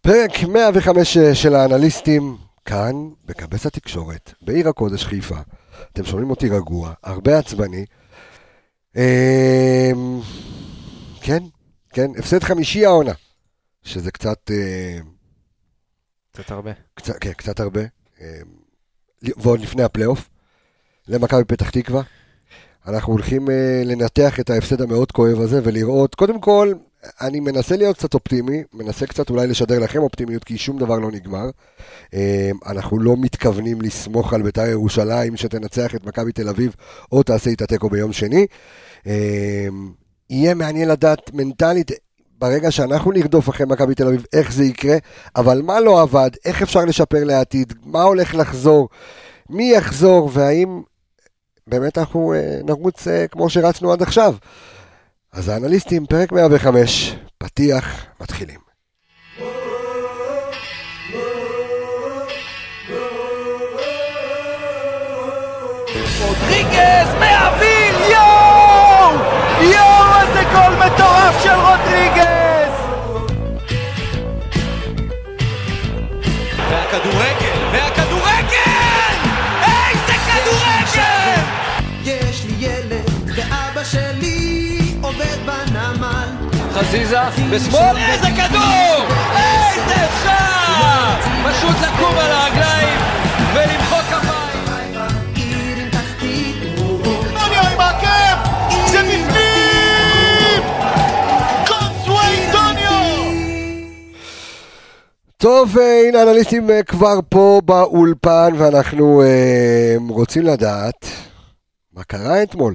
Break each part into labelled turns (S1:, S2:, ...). S1: פרק 105 של האנליסטים, כאן, בכבש התקשורת, בעיר הקודש חיפה. אתם שומעים אותי רגוע, הרבה עצבני. אמ, כן, כן, הפסד חמישי העונה, שזה קצת, אה,
S2: קצת הרבה.
S1: קצת, כן, קצת הרבה, אמ, ועוד לפני הפלייאוף, למכבי פתח תקווה. אנחנו הולכים אה, לנתח את ההפסד המאוד כואב הזה ולראות, קודם כל, אני מנסה להיות קצת אופטימי, מנסה קצת אולי לשדר לכם אופטימיות, כי שום דבר לא נגמר. אה, אנחנו לא מתכוונים לסמוך על בית"ר ירושלים שתנצח את מכבי תל אביב, או תעשה איתה תיקו ביום שני. אה, יהיה מעניין לדעת מנטלית, ברגע שאנחנו נרדוף אחרי מכבי תל אביב, איך זה יקרה, אבל מה לא עבד, איך אפשר לשפר לעתיד, מה הולך לחזור, מי יחזור, והאם באמת אנחנו אה, נרוץ אה, כמו שרצנו עד עכשיו. אז האנליסטים, פרק 105, פתיח, מתחילים.
S3: רודריגז מהאוויר, יואו! יואו, איזה גול מטורף של רודריגז! והכדורגל, והכדורגל! איזה כדורגל!
S4: יש לי ילד, ואבא שלי עובד בנמל.
S3: חזיזה, בשמאל, איזה כדור! איזה שער! פשוט לקום על הרגליים ולמחוא כפיים.
S4: עיר עם תחתית,
S3: אנטוניו עם העקב! זה בפנים! קונסווייטוניו!
S1: טוב, אה, הנה האנליסטים אה, כבר פה באולפן, ואנחנו אה, רוצים לדעת מה קרה אתמול.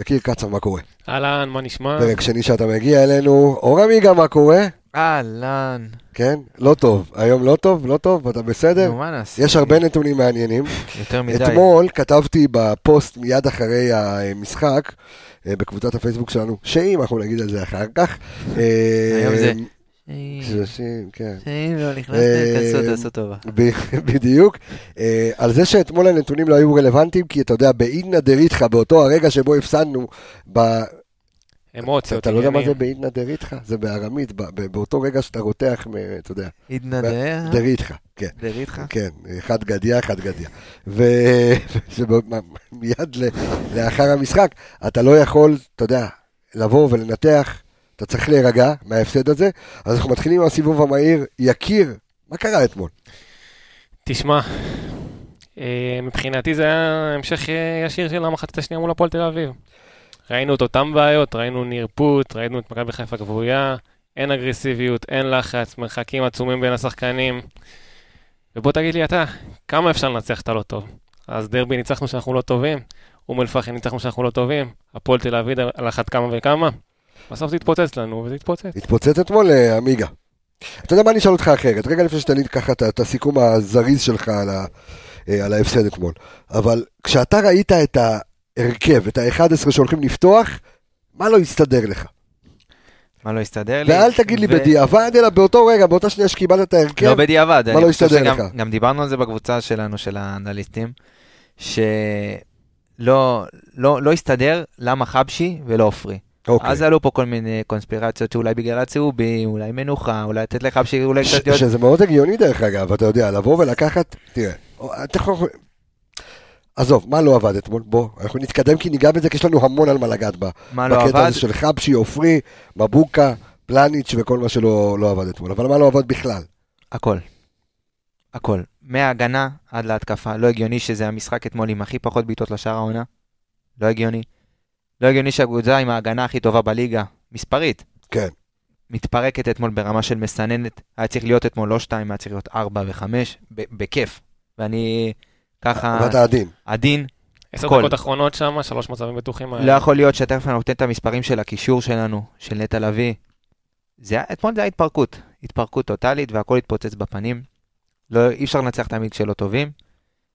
S1: יקיר קצב, מה קורה?
S2: אהלן, מה
S5: אה.
S2: נשמע?
S1: פרק שני שאתה מגיע אלינו, אור עמיגה, מה קורה?
S5: אהלן.
S1: כן, לא טוב. היום לא טוב, לא טוב, אתה בסדר?
S5: נו, מה נעשה?
S1: יש הרבה נתונים מעניינים.
S5: יותר מדי.
S1: אתמול כתבתי בפוסט מיד אחרי המשחק, אה, בקבוצת הפייסבוק שלנו, שאם, אנחנו נגיד על זה אחר כך. אה,
S5: היום זה-
S1: שלושים, כן.
S5: אם לא
S1: אה,
S5: נכנסתם, תעשו, תעשו טובה.
S1: ב- בדיוק. אה, על זה שאתמול הנתונים לא היו רלוונטיים, כי אתה יודע, בעידנא דריתחא, באותו הרגע שבו הפסדנו, ב...
S2: אמוציות,
S1: אתה לא יודע מה זה
S2: עניינים.
S1: בעידנא דריתחא? זה בארמית, ב- ב- באותו רגע שאתה רותח, מ- אתה יודע,
S5: התנדע,
S1: דריתחא, כן.
S5: דריתך.
S1: כן, חד גדיה, חד גדיה. ומיד לאחר המשחק, אתה לא יכול, אתה יודע, לבוא ולנתח, אתה צריך להירגע מההפסד הזה. אז אנחנו מתחילים עם הסיבוב המהיר. יקיר, מה קרה אתמול?
S2: תשמע, אה, מבחינתי זה היה המשך אה, ישיר של המחצית השנייה מול הפועל תל אביב. ראינו את אותן בעיות, ראינו נרפות, ראינו את מכבי חיפה גבויה, אין אגרסיביות, אין לחץ, מרחקים עצומים בין השחקנים. ובוא תגיד לי אתה, כמה אפשר לנצח את הלא טוב? אז דרבי ניצחנו שאנחנו לא טובים, אום אל-פחם ניצחנו שאנחנו לא טובים, הפועל תל אביב על על אחת כמה וכמה. בסוף זה התפוצץ לנו, וזה התפוצץ.
S1: התפוצץ אתמול, אה, עמיגה. אתה יודע מה, אני אשאל אותך אחרת. רגע לפני שתענית ככה את- את הסיכום הזריז שלך על ה- אה, על ההפסד אתמול. אבל כשאתה ראית את ההרכב, את ה-11 שהולכים לפתוח, מה לא הסתדר לך?
S5: מה לא הסתדר לי?
S1: ואל תגיד לי
S5: ו-
S1: בדיעבד, אלא באותו רגע, באותה שנייה שקיבלת את ההרכב.
S5: לא בדיעבד.
S1: מה
S5: אני
S1: לא
S5: חושב
S1: הסתדר
S5: שגם-
S1: לך?
S5: גם דיברנו על זה בקבוצה שלנו, של האנליסטים, שלא לא- לא הסתדר למה חבשי ולא עופרי.
S1: אוקיי.
S5: אז עלו פה כל מיני קונספירציות שאולי בגלל צהובים, אולי מנוחה, אולי לתת לחבשי, אולי
S1: ש-
S5: קצת להיות...
S1: שזה מאוד הגיוני דרך אגב, אתה יודע, לבוא ולקחת, תראה, אתה יכול... עזוב, מה לא עבד אתמול? בוא, אנחנו נתקדם כי ניגע בזה, כי יש לנו המון על מה לגעת בה.
S5: מה לא
S1: בקטע
S5: עבד?
S1: הזה של חבשי, עופרי, מבוקה, פלניץ' וכל מה שלא לא עבד אתמול. אבל מה לא עבד בכלל?
S5: הכל. הכל. מההגנה עד להתקפה. לא הגיוני שזה המשחק אתמול עם הכי פחות בעיטות לשער העונה. לא הגיוני. לא הגיוני שהקבוצה עם ההגנה הכי טובה בליגה, מספרית,
S1: כן.
S5: מתפרקת אתמול ברמה של מסננת. היה צריך להיות אתמול לא שתיים, היה צריך להיות ארבע וחמש, ב- בכיף. ואני ככה
S1: ואתה עדין.
S5: עדין,
S2: עשר
S5: הכל.
S2: דקות אחרונות שם, שלוש מצבים בטוחים.
S5: לא יכול להיות שתכף אני נותן את המספרים של הקישור שלנו, של נטע לביא. זה היה, אתמול זה היה התפרקות, התפרקות טוטאלית והכל התפוצץ בפנים. לא, אי אפשר לנצח תמיד כשלא טובים.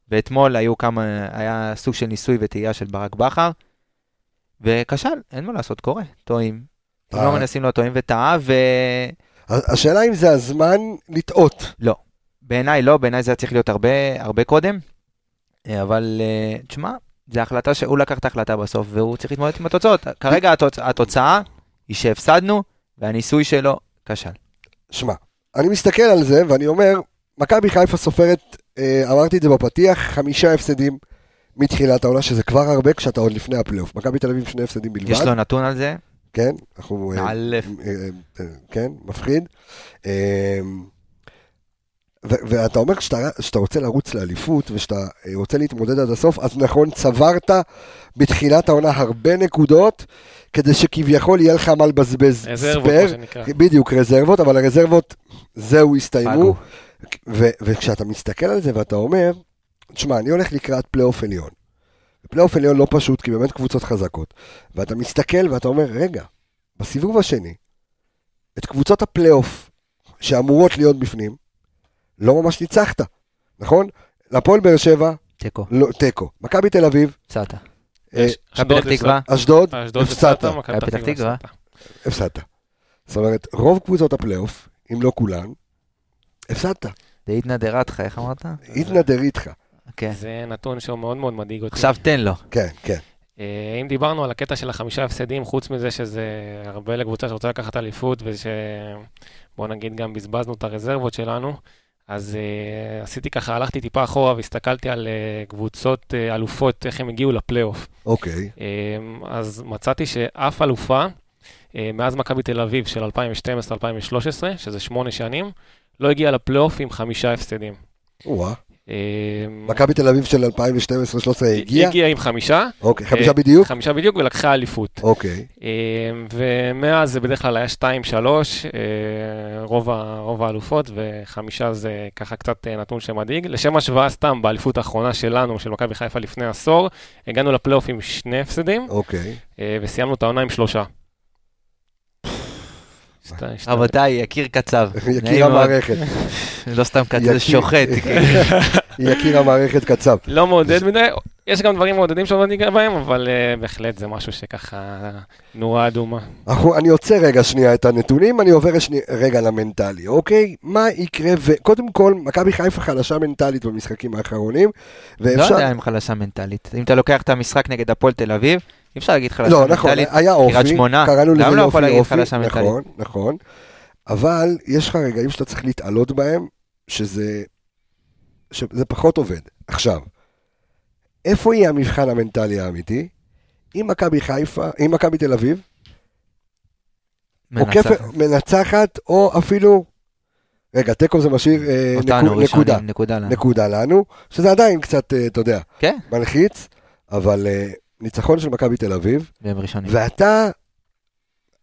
S5: ואתמול היו כמה, היה סוג של ניסוי וטעייה של ברק בכר, וכשל, אין מה לעשות, קורה, טועים. אם
S1: אה.
S5: לא מנסים לא טועים, וטעה,
S1: ה- השאלה אם זה הזמן לטעות.
S5: ובעיניי לא, בעיניי זה היה צריך להיות הרבה, הרבה קודם. אה, אבל אה, תשמע, זו החלטה שהוא לקח את ההחלטה בסוף, והוא צריך להתמודד עם התוצאות. כרגע התוצ... התוצאה היא שהפסדנו, והניסוי שלו כשל.
S1: שמע, אני מסתכל על זה ואני אומר, מכבי חיפה סופרת, אה, אמרתי את זה בפתיח, חמישה הפסדים מתחילת העונה, שזה כבר הרבה כשאתה עוד לפני הפלייאוף. מכבי תל אביב שני הפסדים בלבד,
S5: יש לו נתון על זה?
S1: כן, אנחנו... אה,
S5: מאלף.
S1: אה, אה, כן, מפחיד. אה, ו- ואתה אומר כשאתה- כשאתה רוצה לרוץ לאליפות ושאתה אה, רוצה להתמודד עד הסוף, אז נכון, צברת בתחילת העונה הרבה נקודות, כדי שכביכול יהיה לך מה לבזבז
S2: רזרבות, מה
S1: ספייר.
S2: שנקרא.
S5: אה,
S1: בדיוק, רזרבות, אבל הרזרבות, זהו, הסתיימו.
S5: פגו.
S1: ו- וכשאתה מסתכל על זה ואתה אומר, תשמע, אני הולך לקראת פלייאוף עליון. פלייאוף עליון לא פשוט, כי באמת קבוצות חזקות. ואתה מסתכל ואתה אומר, רגע, בסיבוב השני, את קבוצות הפלייאוף שאמורות להיות בפנים, לא ממש ניצחת, נכון? להפועל באר שבע,
S5: תיקו.
S1: לא, תיקו. מכבי תל אביב,
S5: הפסדת.
S1: אה,
S2: יש-
S5: מכבי פתח תקווה.
S1: אשדוד,
S2: אשדוד
S1: הפסדת.
S2: הפסדת, מכבי
S5: פתח
S2: פתח
S5: תקווה.
S2: תקווה.
S1: הפסדת. זאת אומרת, רוב קבוצות הפלייאוף, אם לא כולן, הפסדת.
S5: דאידנא דרתך, איך אמרת?
S1: התנדר איתך.
S5: כן.
S2: זה נתון שהוא מאוד מאוד מדאיג אותי.
S5: עכשיו תן לו.
S1: כן, כן.
S2: אה, אם דיברנו על הקטע של החמישה הפסדים, חוץ מזה שזה הרבה לקבוצה שרוצה לקחת אליפות, וש... בוא נגיד גם בזבזנו את הרזרבות שלנו, אז אה, עשיתי ככה, הלכתי טיפה אחורה והסתכלתי על אה, קבוצות אה, אלופות, איך הם הגיעו לפלייאוף.
S1: אוקיי.
S2: אמ, אז מצאתי שאף אלופה, אה, מאז מכבי תל אביב של 2012-2013, שזה שמונה שנים, לא הגיעה לפלייאוף עם חמישה הפסדים.
S1: וואה.
S2: אמ,
S1: מכבי תל אביב של 2012-2013 הגיעה?
S2: הגיעה עם חמישה.
S1: אוקיי,
S2: אה,
S1: חמישה בדיוק?
S2: חמישה בדיוק, ולקחה אליפות.
S1: אוקיי.
S2: אמ, ומאז זה בדרך כלל היה 2-3, אה, רוב ה- רוב האלופות, וחמישה זה ככה קצת אה, נתון שמדאיג. לשם השוואה סתם, באליפות האחרונה שלנו, של מכבי חיפה לפני עשור, הגענו לפלייאוף עם שני הפסדים,
S1: אוקיי.
S2: אה, וסיימנו את העונה עם שלושה. שתי- שתי-
S5: רבותיי, יקיר קצב. נעים
S1: יקיר
S5: מאוד.
S1: המערכת.
S5: לא סתם קצב,
S1: יקיר.
S5: זה שוחט. כאילו.
S1: יקיר המערכת קצב.
S2: לא מעודד מדי, יש גם דברים מעודדים שעוד מעט ניגע בהם, אבל אה, בהחלט זה משהו שככה נורה אדומה.
S1: אנחנו- אני עוצר רגע שנייה את הנתונים, אני עובר שני- רגע למנטלי, אוקיי? מה יקרה ו... קודם כל, מכבי חיפה חלשה מנטלית במשחקים האחרונים,
S5: לא
S1: ואפשר...
S5: יודע אם חלשה מנטלית. אם אתה לוקח את המשחק נגד הפועל תל אביב, אי אפשר להגיד חלשה
S1: לא,
S5: מנטלית.
S1: נכון, היה אופי,
S5: שמונה.
S1: קראנו
S5: גם
S1: לזה
S5: לא
S1: יופי,
S5: יכול להגיד
S1: אופי,
S5: חלשה מנטלית.
S1: נכון, נכון, אבל יש לך רגעים שאתה צריך להתעלות בהם, שזה, שזה פחות עובד. עכשיו, איפה יהיה המבחן המנטלי האמיתי? אם מכבי חיפה, אם מכבי תל אביב,
S5: מנצחת.
S1: עוקפת- מנצחת, או אפילו, רגע, תיקו זה משאיר אה,
S5: אותנו
S1: נקו- נקודה,
S5: ראשונים, נקודה לנו.
S1: נקודה לנו, שזה עדיין קצת, אה, אתה יודע,
S5: כן.
S1: מלחיץ, אבל אה, ניצחון של מכבי תל אביב,
S5: והם ראשונים.
S1: ואתה,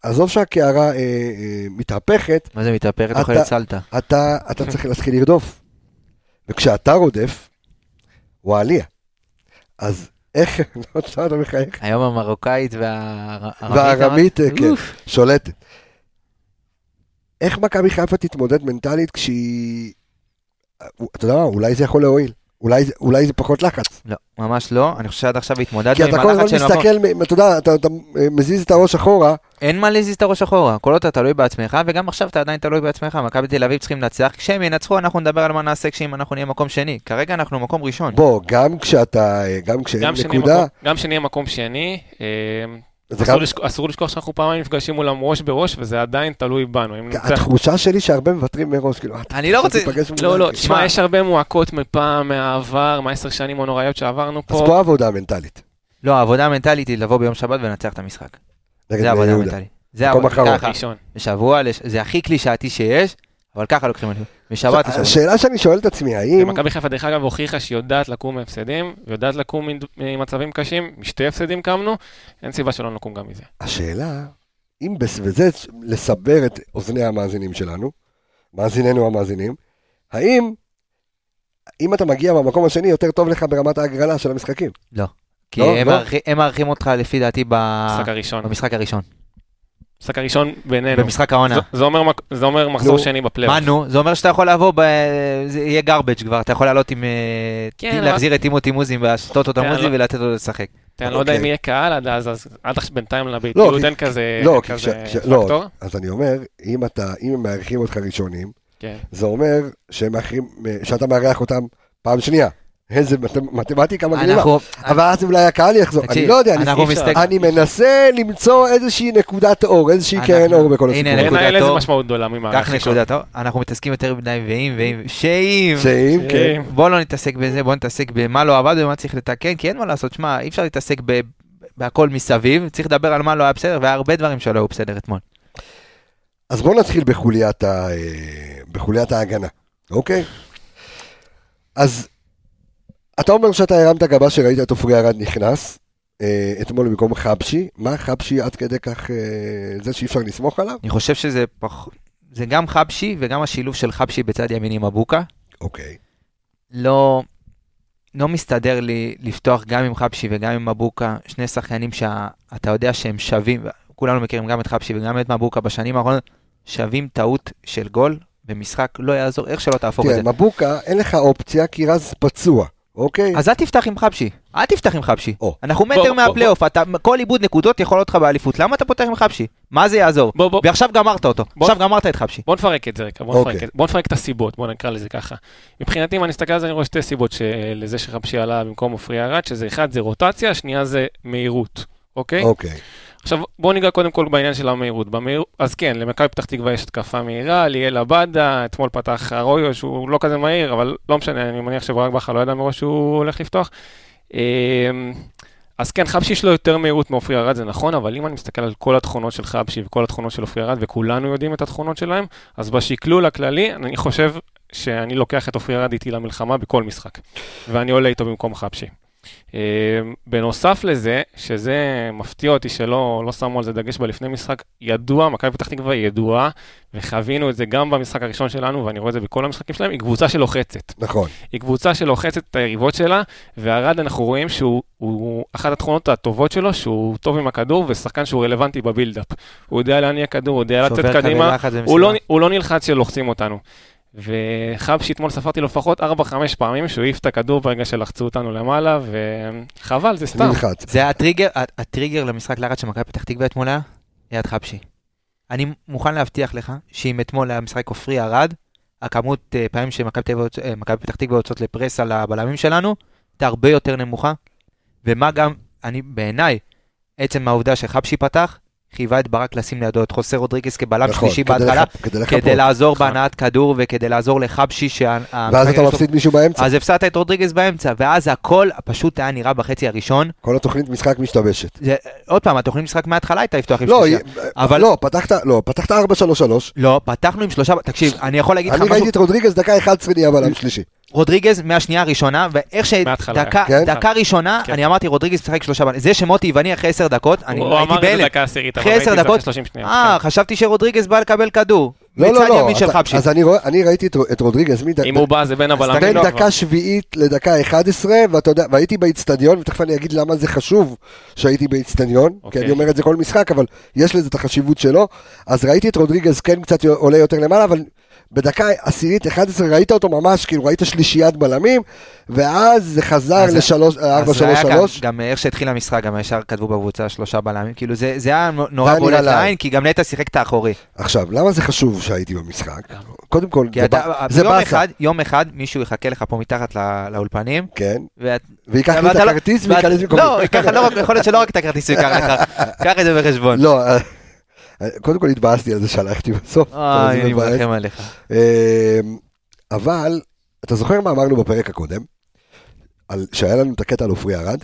S1: עזוב שהקערה אה, אה, מתהפכת,
S5: מה זה מתאפרת?
S1: אתה-
S5: אוכלת סלטה.
S1: אתה, אתה צריך להתחיל לרדוף. וכשאתה רודף, הוא העלייה. אז איך, לא יודע, אתה מחייך,
S5: היום המרוקאית והארמית.
S1: והארמית,
S5: אמרת?
S1: כן.
S5: אוף.
S1: שולטת. איך מכבי חיפה תתמודד מנטלית כשהיא... אתה יודע מה, אולי זה יכול להועיל. אולי, זה- אולי זה פחות לחץ.
S5: לא, ממש לא. אני חושב שעד עכשיו התמודדנו
S1: כי אתה
S5: עם
S1: כל הזמן
S5: הלחץ של כן. המקום.
S1: מסתכל, מ- אתה יודע, אתה, אתה אה, מזיז את הראש אחורה,
S5: אין מה להזיז את הראש אחורה, כל עוד אתה תלוי בעצמך, וגם עכשיו אתה עדיין תלוי בעצמך, מכבי תל אביב צריכים לנצח, כשהם ינצחו אנחנו נדבר על מה נעשה כשאם אנחנו נהיה מקום שני, כרגע אנחנו מקום ראשון.
S1: בוא, גם כשאתה, אה, גם כשאין
S2: גם שנהיה
S1: נקודה,
S2: מקום- גם שנהיה מקום שני, אה,
S1: זה
S2: אסור
S1: גם
S2: לשכוח- אסור לשכוח שאנחנו פעמיים נפגשים מולם ראש בראש, וזה עדיין תלוי בנו.
S1: כן,
S2: אם ננצח
S1: התחושה שלי שהרבה מוותרים מראש, כאילו, אתה
S5: אני לא רוצה...
S1: תיפגש מולם.
S2: לא, לא,
S5: תשמע.
S2: תשמע, יש הרבה מועקות מפעם, מהעבר, מהעשר שנים הנוראיות שעברנו
S1: אז
S2: פה.
S1: פה העבודה המנטלית.
S5: לא, העבודה המנטלית היא לבוא ביום שבת ולנצח את המשחק.
S1: נגד
S5: זה
S1: בני
S5: העבודה
S1: יהודה.
S5: המנטלית. זה
S1: מקום
S5: העבודה,
S1: אחרון.
S5: ככה,
S2: ראשון.
S5: בשבוע, לש- זה הכי קלישאתי שיש, אבל ככה לוקחים את זה. משבת לשבת.
S1: השאלה שאני שואל את עצמי, האם...
S2: ומכבי חיפה, דרך אגב, הוכיחה שהיא יודעת לקום מהפסדים, ויודעת לקום ממצבים קשים, משתי הפסדים קמנו, אין סיבה שלא נקום גם מזה.
S5: אה,
S1: השאלה, אם בס... וזה לסבר את אוזני המאזינים שלנו, מאזיננו המאזינים, האם... אם אתה מגיע מהמקום השני, יותר טוב לך ברמת ההגרלה של המשחקים.
S5: כי
S1: לא,
S5: הם
S1: לא.
S5: מארחים- הם מארחים אותך לפי דעתי ב-
S2: המשחק הראשון. כן.
S5: במשחק הראשון,
S2: המשחק הראשון בינינו.
S5: במשחק העונה.
S2: זה- זה אומר מק- זה אומר מחזור
S1: נו,
S2: שני
S5: מה
S2: בפלייאוף.
S5: נו? זה אומר שאתה יכול לבוא, ב... זה יהיה garbage כבר, אתה יכול לעלות עם... אה,
S2: כן,
S5: ת-
S2: אבל-
S5: להחזיר את טימו טימוזים ולשתות אותו
S2: כן,
S5: מוזי
S2: אבל-
S5: ולתת לו לשחק.
S2: אתה- אני לא יודע אם
S1: אוקיי.
S2: יהיה קהל עד אז, אז עד עכשיו בינתיים
S1: לא,
S2: לביתיות
S1: כי-
S2: אה, אין כזה
S1: לא, כי
S2: כזה
S1: כש- כש- לא.
S2: פקטור.
S1: אז אני אומר, אם אתה, אם הם מארחים אותך ראשונים,
S2: כן.
S1: זה אומר שהם מארחים, שאתה מארח אותם פעם שנייה. איזה מת- מתמטיקה מגניבה.
S5: אנחנו...
S1: אבל אז אולי הקהל יחזור, אני
S5: תקשיב,
S1: לא יודע, אני-
S5: אנחנו
S2: אי אפשר.
S5: מסתכל...
S1: אני מנסה למצוא איזושהי נקודת אור, איזושהי
S5: אנחנו-
S1: קרן אור בכל
S5: הנה,
S1: הסיפור.
S5: נקודת
S2: בעיניי איזה
S5: אור.
S2: משמעות גדולה ממערך
S5: קח
S2: ראשון.
S5: נקודה, טוב? אנחנו מתעסקים יותר מדי ואם ואם... שאם!
S1: צעים, כן.
S5: בוא לא נתעסק בזה, בוא נתעסק במה לא עבד ומה צריך לתקן, כי אין מה לעשות, שמע, אי אפשר להתעסק ב... בהכל מסביב, צריך לדבר על מה לא היה בסדר, והיה הרבה דברים שלא היו בסדר אתמול.
S1: אז בואו נתחיל בחוליית, ה... אה, בחוליית ההגנה, אוקיי? אז אתה אומר שאתה הרמת גבה שראית את עופרי ארד נכנס אה, אתמול במקום חבשי, מה חבשי עד כדי כך אה, זה שאי אפשר לסמוך עליו?
S5: אני חושב שזה פח... זה גם חבשי וגם השילוב של חבשי בצד ימין עם אבוקה.
S1: אוקיי.
S5: לא, לא מסתדר לי לפתוח גם עם חבשי וגם עם מבוקה, שני שחקנים שאתה יודע שהם שווים, כולנו מכירים גם את חבשי וגם את מבוקה בשנים האחרונות, שווים טעות של גול במשחק, לא יעזור איך שלא תהפוך את
S1: תראה,
S5: זה.
S1: כן, מבוקה, אין לך אופציה כי רז פצוע, אוקיי?
S5: אז אל תפתח עם חבשי, אל תפתח עם חבשי.
S1: או.
S5: אנחנו
S2: בוא,
S5: מטר
S2: בוא,
S5: מהפלייאוף, אתה- כל איבוד נקודות יכול להיות לך באליפות, למה אתה פותח עם חבשי? מה זה יעזור?
S2: בוא, בוא,
S5: ועכשיו גמרת אותו,
S2: בוא.
S5: עכשיו גמרת את חבשי.
S2: בוא נפרק את זה רגע, בוא נפרק
S1: אוקיי.
S2: את- בוא נפרק את הסיבות, בוא נקרא לזה ככה. מבחינתי, אם אני אסתכל על זה, אני רואה שתי סיבות של- לזה שחבשי עלה במקום עופרי ארד, שזה אחד זה רוטציה, השנייה זה מהירות,
S5: אה,
S2: אוקיי?
S1: אוקיי.
S2: עכשיו בואו ניגע קודם כל בעניין של המהירות. במהיר... אז כן, למכבי פתח תקווה יש התקפה מהירה, ליאל עבדה, אתמול פתח ארויו שהוא לא כזה מהיר, אבל לא משנה, אני מניח שברק בכר לא ידע מראש שהוא הולך לפתוח. אמ, אז כן, חבשי יש לו יותר מהירות מעופרי ארד, זה נכון, אבל אם אני מסתכל על כל התכונות של חבשי וכל התכונות של עופרי ארד, וכולנו יודעים את התכונות שלהם, אז בשקלול הכללי, אני חושב שאני לוקח את עופרי ארד איתי למלחמה בכל משחק, ואני עולה איתו במקום חבשי. אה, בנוסף לזה, שזה מפתיע אותי שלא לא שמו על זה דגש בלפני משחק, ידוע, מכבי פתח תקווה היא ידועה, וחווינו את זה גם במשחק הראשון שלנו, ואני רואה את זה בכל המשחקים שלהם, היא קבוצה שלוחצת.
S1: נכון.
S2: היא קבוצה שלוחצת את היריבות שלה, והרד אנחנו רואים שהוא הוא- אחת התכונות הטובות שלו, שהוא טוב עם הכדור, ושחקן שהוא רלוונטי בבילדאפ. הוא יודע להניע כדור, הוא יודע לצאת
S5: שובר קווי
S2: קדימה,
S5: לחץ
S2: הוא לא,
S5: ומסירה.
S2: הוא לא נלחץ שלוחצים אותנו. וחבשי אתמול ספרתי לו לפחות 4-5 פעמים שהוא העיף את הכדור ברגע שלחצו אותנו למעלה, וחבל, זה סתם.
S1: נלחץ.
S5: זה הטריגר, הטריגר למשחק לחץ של מכבי פתח תקווה אתמול היה ליד חבשי. אני מוכן להבטיח לך שאם אתמול היה משחק עופרי ארד, הכמות אה, פעמים שמכבי תל אביב הוצ- אה, מכבי פתח תקווה יוצאות לפרס על הבלמים שלנו, הייתה הרבה יותר נמוכה. ומה גם, אני בעיניי, עצם העובדה שחבשי פתח, חייבה את ברק לשים לידו את חוסר רודריגז כבלם
S1: נכון,
S5: שלישי
S1: כדי
S5: בהתחלה,
S1: לח- כדי
S5: כדי
S1: לחפות.
S5: לעזור
S2: נכון.
S5: בהנעת כדור וכדי לעזור לחבשי שה...
S1: ואז אתה לא מפסיד מישהו באמצע.
S5: אז הפסדת את רודריגז באמצע, ואז הכל פשוט היה נראה בחצי הראשון,
S1: כל התוכנית משחק משתבשת.
S5: זה, עוד פעם, התוכנית משחק מההתחלה הייתה לפתוח עם
S1: לא,
S5: שלושה.
S1: אבל...
S5: אבל-
S1: לא, פתחת, לא, פתחת 4-3-3.
S5: לא, פתחנו עם שלושה, תקשיב, אני יכול להגיד לך
S1: אני
S5: משהו,
S1: ראיתי את רודריגז דקה 11 נהיה בלם שלישי.
S5: רודריגז מהשנייה הראשונה, ואיך
S2: מההתחלה
S5: שדקה
S1: היה. כן?
S5: דקה ראשונה,
S2: כן.
S5: אני אמרתי רודריגז משחק שלושה בלמים, זה שמוטי יווני אחרי עשר דקות, אני
S2: הוא
S5: הייתי
S2: אמר את זה
S5: בהלם.
S2: דקה עשירית, אבל
S5: אחרי
S2: ראיתי
S5: עשר
S2: את זה אחרי
S5: דקות,
S2: 30 שניות. כן.
S5: אה, חשבתי שרודריגז בא לקבל כדור.
S1: לא, לא,
S5: מצד
S1: לא.
S5: ימין של
S1: אתה-
S5: חבשי.
S1: אז אני רואה- אני ראיתי את- את רודריגז מד-
S2: כן. אם הוא בא זה בין
S5: אז
S2: הבלמים.
S1: בין
S5: לא,
S1: דקה שביעית לדקה 11, ואתה יודע, והייתי באיצטדיון, ותכף אני אגיד למה זה חשוב שהייתי באיצטדיון, כי
S2: אוקיי.
S1: אני אומר את זה כל משחק, אבל יש לזה את החשיבות שלו. אז ראיתי את רודריגז כן קצת עולה יותר למעלה, אבל בדקה עשירית 11 ראית אותו ממש, כאילו ראית שלישיית בלמים, ואז זה חזר
S5: אז- אז זה היה גם-
S1: ל-4-3-3.
S5: גם איך שהתחיל המשחק, גם ישר כתבו בקבוצה שלושה בלמים, כאילו זה זה היה
S1: זה
S5: נורא
S1: היה
S5: בולט
S1: נראה לעין.
S5: לעין, כי גם נטע שיחק את האחורי.
S1: עכשיו, למה זה חשוב שהייתי במשחק? קודם כל,
S5: כי
S1: זה
S5: אתה,
S1: ב- זה
S5: יום
S1: באסה.
S5: אחד, יום אחד מישהו יחכה לך פה מתחת לא- לאולפנים,
S1: כן,
S5: ואת-
S1: ויקח לי את
S5: ואתה לא-
S1: הכרטיס
S5: ואת-
S1: וייכנס במקומי.
S5: לא, ככה לא רק- יכול להיות שלא רק את הכרטיס הוא ייקח לך, קח את זה בחשבון.
S1: לא, אה, קודם כל התבאסתי על זה שהלכתי
S5: Ah,
S1: בסוף. אתה
S5: אוי,
S1: יודע, זה
S5: אני
S1: מבאס.
S5: מרחם עליך.
S1: אמ, אבל, אתה זוכר מה אמרנו בפרק הקודם? על- שהיה לנו את הקטע על עופרי ארד?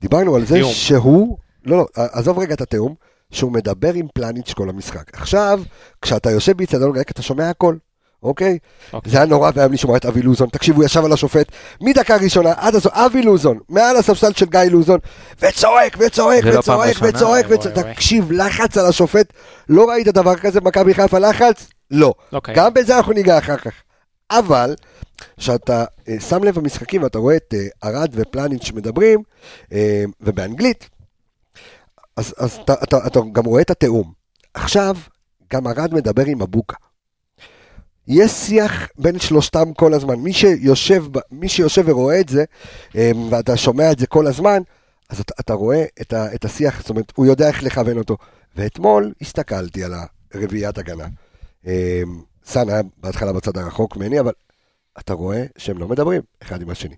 S1: דיברנו על זה
S2: תיאום.
S1: שהוא, לא, לא, עזוב רגע את התיאום, שהוא מדבר עם פלניץ' כל המשחק. עכשיו, כשאתה יושב באיצטדיון ריק, אתה שומע הכל, אוקיי?
S2: אוקיי.
S1: זה היה נורא ואיום לשמוע את אבי לוזון. תקשיב, הוא ישב על השופט מדקה ראשונה עד הסוף, אבי לוזון, מעל הספסל של גיא לוזון, וצועק, וצועק,
S5: זה לא פעם
S1: וצועק,
S5: ראשונה,
S1: וצועק,
S2: וואי,
S1: וצועק.
S2: וואי.
S1: תקשיב, לחץ על השופט, לא ראית דבר כזה במכבי חיפה לחץ? לא.
S2: לא קיים.
S1: גם בזה אנחנו ניגע אחר כך. אבל, כשאתה אה, שם לב במשחקים ואתה רואה את אה, ארד ופלניץ' מדברים, אה, ובאנגלית, אז, אז אתה, אתה, אתה גם רואה את התיאום. עכשיו, גם ארד מדבר עם אבוקה. יש שיח בין שלושתם כל הזמן. מי שיושב, ב- מי שיושב ורואה את זה, אה, ואתה שומע את זה כל הזמן, אז אתה, אתה רואה את, ה, את השיח, זאת אומרת, הוא יודע איך לכוון אותו. ואתמול הסתכלתי על הרביעיית הגנה. אה, סאן היה בהתחלה בצד הרחוק ממני, אבל אתה רואה שהם לא מדברים אחד עם השני.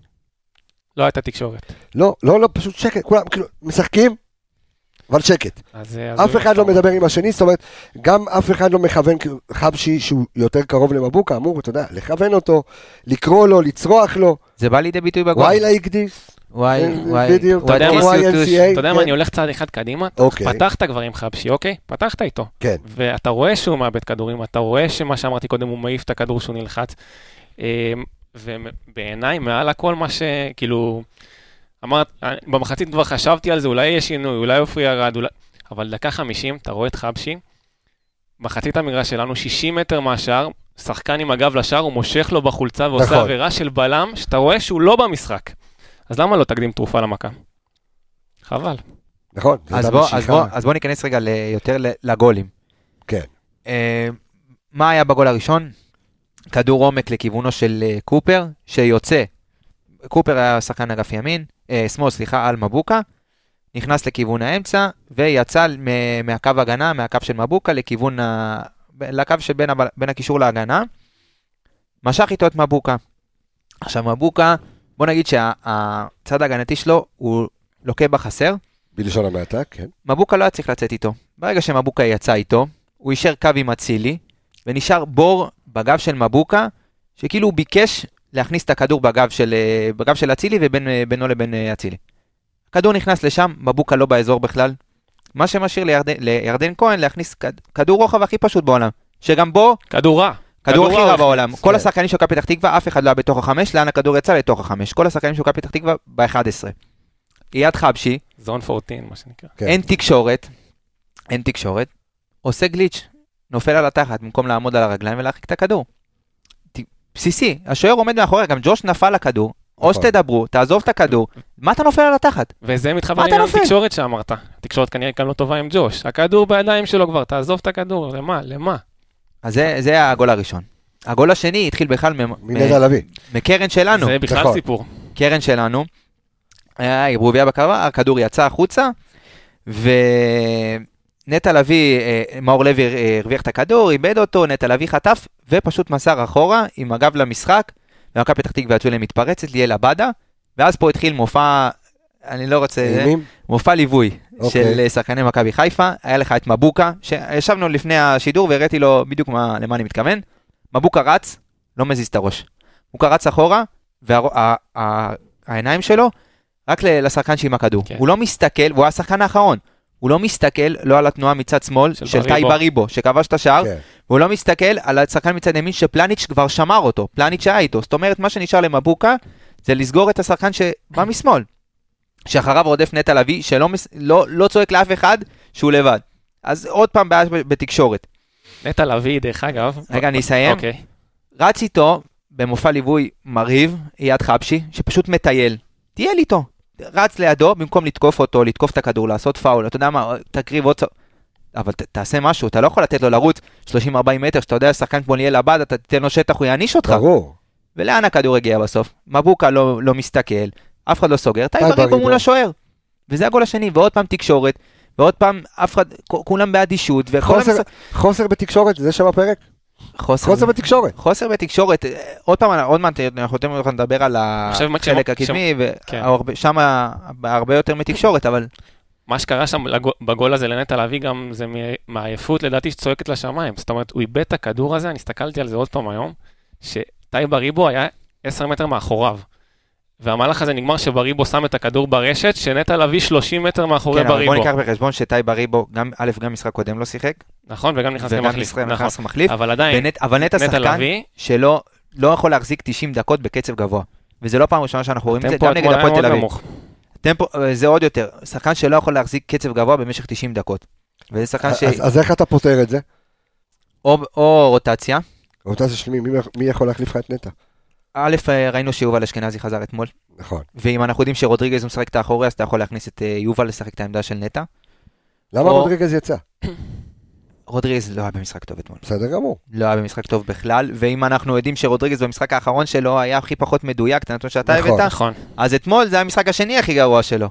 S2: לא הייתה תקשורת.
S1: לא, לא, לא, פשוט שקט, כולם כאילו משחקים, אבל שקט.
S2: אז, אה, אז
S1: אף
S2: הוא-
S1: אחד לא מדבר עם השני, זאת אומרת, גם אף אחד לא מכוון, כאילו, חבשי שהוא יותר קרוב למבוקה, אמור, אתה יודע, לכוון אותו, לקרוא לו, לצרוח לו,
S5: זה בא לידי ביטוי בגול.
S1: וואי להגדיס,
S5: וואי,
S1: אה,
S5: וואי,
S1: בדיוק.
S5: וואי,
S2: אתה יודע
S5: כיס
S1: מה-
S5: יוטוש.
S1: YMCA.
S2: אתה יודע
S1: כן.
S2: מה, אני הולך צעד אחד קדימה,
S1: אוקיי,
S2: פתחת כבר עם חבשי, אוקיי? פתחת איתו.
S1: כן,
S2: ואתה רואה שהוא מאבד כדורים, אתה רואה שמה שאמרתי קודם, הוא מעיף את הכדור שהוא נלחץ. אמ, ובעיניי, מעל הכל מה שכאילו, אמרת, אה, במחצית כבר חשבתי על זה, אולי יש שינוי, אולי עופרי ירד, אולי... אבל דקה חמישים, אתה רואה את חבשי, מחצית המגרש שלנו, 60 מטר מהשער, שחקן עם הגב לשער, הוא מושך לו בחולצה ועושה
S1: נכון.
S2: נכון. עבירה של בלם, שאתה רואה שהוא לא במשחק. אז למה לא תקדים תרופה למכה? חבל.
S1: נכון, זו
S5: אז
S1: הייתה
S5: בוא- אז
S1: משיכה.
S5: בוא- אז בואו ניכנס רגע ל- יותר ל- לגולים.
S1: כן.
S5: אה, מה היה בגול הראשון? כדור עומק לכיוונו של אה, קופר, שיוצא. קופר היה שחקן אגף ימין, אה, שמאל, סליחה, על מבוקה. נכנס לכיוון האמצע, ויצא מ- מהקו הגנה, מהקו של מבוקה, לכיוון ה... ב- לקו שבין הבל- בין הקישור להגנה. משך איתו את מבוקה. עכשיו, מבוקה, בוא נגיד שהצד ההגנתי שלו, הוא לוקה בחסר.
S1: בלשון המעטה, כן,
S5: מבוקה לא היה צריך לצאת איתו. ברגע שמבוקה יצא איתו, הוא אישר קו עם אצילי, ונשאר בור בגב של מבוקה, שכאילו הוא ביקש להכניס את הכדור בגב של, אה, בגב של אצילי ובינו לבין אה, אצילי. הכדור נכנס לשם, מבוקה לא באזור בכלל. מה שמשאיר לירדן, לירדן כהן להכניס כד, כדור רוחב הכי פשוט בעולם, שגם בו
S2: כדור רע.
S5: כדור הכי
S2: רע
S5: רע
S2: הוא
S5: בעולם.
S1: הכניס,
S5: כל
S1: כן.
S5: השחקנים של מכבי פתח תקווה, אף אחד לא היה בתוך החמש, לאן הכדור יצא? לתוך החמש. כל השחקנים של מכבי פתח תקווה ב-11. אייד חבשי,
S2: זון 14, מה שנקרא.
S1: כן.
S5: אין תקשורת, אין תקשורת, עושה גליץ', נופל על התחת במקום לעמוד על הרגליים ולהרחיק את הכדור. ת- בסיסי, השוער עומד מאחוריה, גם ג'וש נפל לכדור, או
S1: נכון.
S5: שתדברו, תעזוב את הכדור, מה אתה נופל על התחת?
S2: וזה מתחבר
S5: מה אתה
S2: לעניין
S5: נופל?
S2: התקשורת שאמרת. התקשורת כנראה כאן לא טובה עם ג'וש. הכדור בידיים שלו כבר, תעזוב את הכדור, למה? למה?
S5: אז זה, זה הגול הראשון. הגול השני התחיל בכלל מ- מ-
S1: מנדה לביא,
S5: מקרן שלנו,
S2: זה בכלל
S1: נכון.
S2: סיפור.
S5: קרן שלנו, היה ערבוביה בקרבה, הכדור יצא החוצה, ונטע לביא, אה, מאור לוי אה, הרוויח את הכדור, איבד אותו, נטע לביא חטף, ופשוט מסר אחורה עם הגב למשחק, ומכבי פתח תקווה יצאו למתפרצת, ליאל עבדה, ואז פה התחיל מופע, אני לא רוצה, זה,
S1: אימים,
S5: מופע ליווי
S1: אוקיי.
S5: של אה, שחקני מכבי חיפה, היה לך את מבוקה, שישבנו לפני השידור והראיתי לו בדיוק מה, למה אני מתכוון, מבוקה רץ, לא מזיז את הראש. מבוקה רץ אחורה, והעיניים שלו רק ל- לשחקן שעם הכדור.
S2: כן.
S5: הוא לא מסתכל, והוא השחקן האחרון, הוא לא מסתכל לא על התנועה מצד שמאל
S2: של
S5: של טייב
S2: בריבו.
S5: בריבו, שכבש את השער,
S1: כן.
S5: והוא לא מסתכל על השחקן מצד ימין שפלניץ' כבר שמר אותו, פלניץ' היה איתו. זאת אומרת, מה שנשאר למבוקה זה לסגור את השחקן שבא משמאל, שאחריו רודף נטע לביא, שלא מס... לא, לא צועק לאף אחד שהוא לבד. אז עוד פעם בעיה ב- בתקשורת.
S2: נטע לביא, דרך אגב.
S5: רגע, אני אסיים.
S2: אוקיי.
S5: רץ איתו במופע ליווי מרהיב, אייד חבשי, שפשוט מטייל. טייל איתו. רץ לידו, במקום לתקוף אותו, לתקוף את הכדור, לעשות פאול, אתה יודע מה, תקריב עוד... צ- אבל ת, תעשה משהו, אתה לא יכול לתת לו לרוץ 30-40 מטר, שאתה יודע ששחקן כמו ליאל עבד, אתה תיתן לו שטח, הוא יעניש אותך.
S1: ברור,
S5: ולאן הכדור הגיע בסוף? מבוקה לא, לא מסתכל, אף אחד לא סוגר, טייב
S1: טייב
S5: בריבו
S1: בריבו.
S5: מול השוער. וזה הגול השני, ועוד פעם תקשורת, ועוד פעם אף אחד, כ- כולם באדישות, וכל
S1: חוסר-
S5: המשחק...
S1: חוסר בתקשורת, זה שם הפרק, חוסר בתקשורת,
S5: חוסר בתקשורת, אה, עוד פעם, עוד מעט אנחנו יותר יכולים לדבר על
S2: עכשיו, מה
S5: החלק
S2: שמו-
S5: הקדמי, אה,
S2: כן.
S5: ושם הרבה יותר מתקשורת, אבל
S2: מה שקרה שם לגו- בגול הזה לנטע לביא גם זה מ- מעייפות לדעתי שצועקת לשמיים. זאת אומרת, הוא איבד את הכדור הזה, אני הסתכלתי על זה עוד פעם היום, שטייב בריבו היה 10 מטר מאחוריו. והמהלך הזה נגמר שבריבו שם את הכדור ברשת, שנטע לביא 30 מטר מאחורי
S5: כן, אבל
S2: בריבו.
S5: בוא ניקח בחשבון שטייב בריבו, גם א', גם משחק קודם לא שיחק,
S2: נכון, וגם נכנס
S5: וגם
S2: למחליף.
S5: משחק-
S2: נכון.
S5: נכנס למחליף,
S2: אבל עדיין,
S5: ונט- אבל נטע
S2: נטע
S5: שחקן
S2: לביא,
S5: שלא לא יכול להחזיק 90 דקות בקצב גבוה. וזה לא פעם ראשונה שאנחנו רואים את זה,
S2: טמפו
S5: גם נגד
S2: אתמול היה
S5: הפועל
S2: מאוד
S5: תל אביב.
S2: נמוך.
S5: טמפו, אה, זה עוד יותר, שחקן שלא יכול להחזיק קצב גבוה במשך 90 דקות. וזה שחקן ש...
S1: אה, אז- אז איך אתה פותר את זה?
S5: או- או רוטציה,
S1: אותה זה שלמי, מי- מי יכול להחליף לך את נטע?
S5: א', אה, ראינו שיובל אשכנזי חזר אתמול.
S1: נכון,
S5: ואם אנחנו יודעים שרודריגז הוא משחק את האחורי, אז אתה יכול להכניס את אה, יובל לשחק את העמדה של נטע.
S1: למה
S5: או-
S1: רודריגז יצא?
S5: רודריגז לא היה במשחק טוב אתמול.
S1: בסדר גמור,
S5: לא היה במשחק טוב בכלל, ואם אנחנו יודעים שרודריגז במשחק האחרון שלו היה הכי פחות מדויק, את הנתון שאתה
S1: נכון.
S5: הבאת,
S2: נכון.
S5: אז אתמול זה המשחק השני הכי גרוע שלו.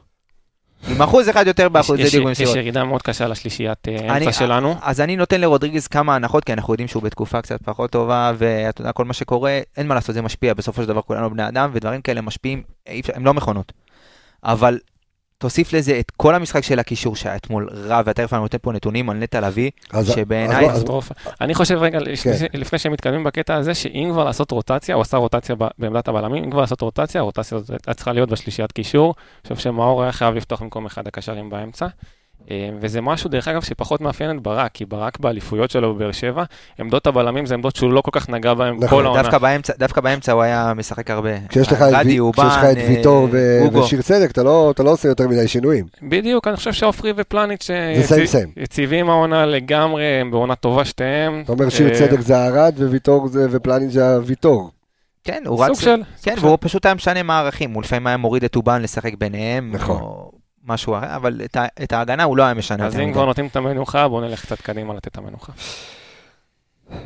S5: עם אחוז אחד יותר באחוזי
S2: יש-
S5: דיוק
S2: יש
S5: במסירות.
S2: ירידה מאוד קשה לשלישיית אה,
S5: אני-
S2: האמצע שלנו.
S5: אז אני נותן לרודריגז כמה הנחות, כי אנחנו יודעים שהוא בתקופה קצת פחות טובה, ואתה יודע, כל מה שקורה, אין מה לעשות, זה משפיע, בסופו של דבר כולנו בני אדם, ודברים כאלה משפיעים, אי אפשר- הם לא מכונות. אבל תוסיף לזה את כל המשחק של הקישור שהיה אתמול רע, ואתה תכף אני נותן פה נתונים על נטע לביא,
S1: אז-
S5: שבעיניי-
S1: אז- כן. אז-
S2: קטסטרופה. אני חושב רגע, לפני ש- לפני שהם מתקדמים בקטע הזה, שאם כבר לעשות רוטציה, הוא עשה רוטציה ב- בעמדת הבלמים, אם כבר לעשות רוטציה, הרוטציה הזאת הייתה צריכה להיות בשלישיית קישור. אני חושב שמאור היה חייב לפתוח במקום אחד הקשרים באמצע. אה, וזה משהו, דרך אגב, שפחות מאפיין את ברק, כי ברק באליפויות שלו בבאר שבע, עמדות הבלמים זה עמדות שהוא לא כל כך נגע בהן
S1: נכון,
S2: כל העונה.
S5: דווקא באמצע, דווקא באמצע הוא היה משחק הרבה.
S1: כשיש לך את
S5: רדי,
S1: וי-
S5: אובן,
S1: כשיש לך את
S5: אה,
S1: ויטור ו-
S5: אוגו.
S1: ושיר צדק, אתה לא אתה לא עושה יותר מדי שינויים.
S2: בדיוק, אני חושב שעופרי ופלניץ' אה,
S1: זה same, same.
S2: יציבים העונה לגמרי, הם בעונה טובה שתיהם.
S1: אתה אומר שיר
S2: אה,
S1: צדק זה ארד וויטור זה ופלניג' זה הוויטור.
S5: כן, הוא רץ...
S2: סוג של.
S5: כן,
S2: סוג
S5: והוא פשוט היה משנה מערכים, הוא לפעמים היה מוריד את אובן לשחק ביניהם,
S1: נכון.
S5: או משהו אחר, אבל את ה- את ההגנה הוא לא היה משנה.
S2: אז
S5: יותר
S2: אם
S5: מדי.
S2: כבר נותנים את המנוחה, בואו נלך קצת קדימה לתת את המנוחה.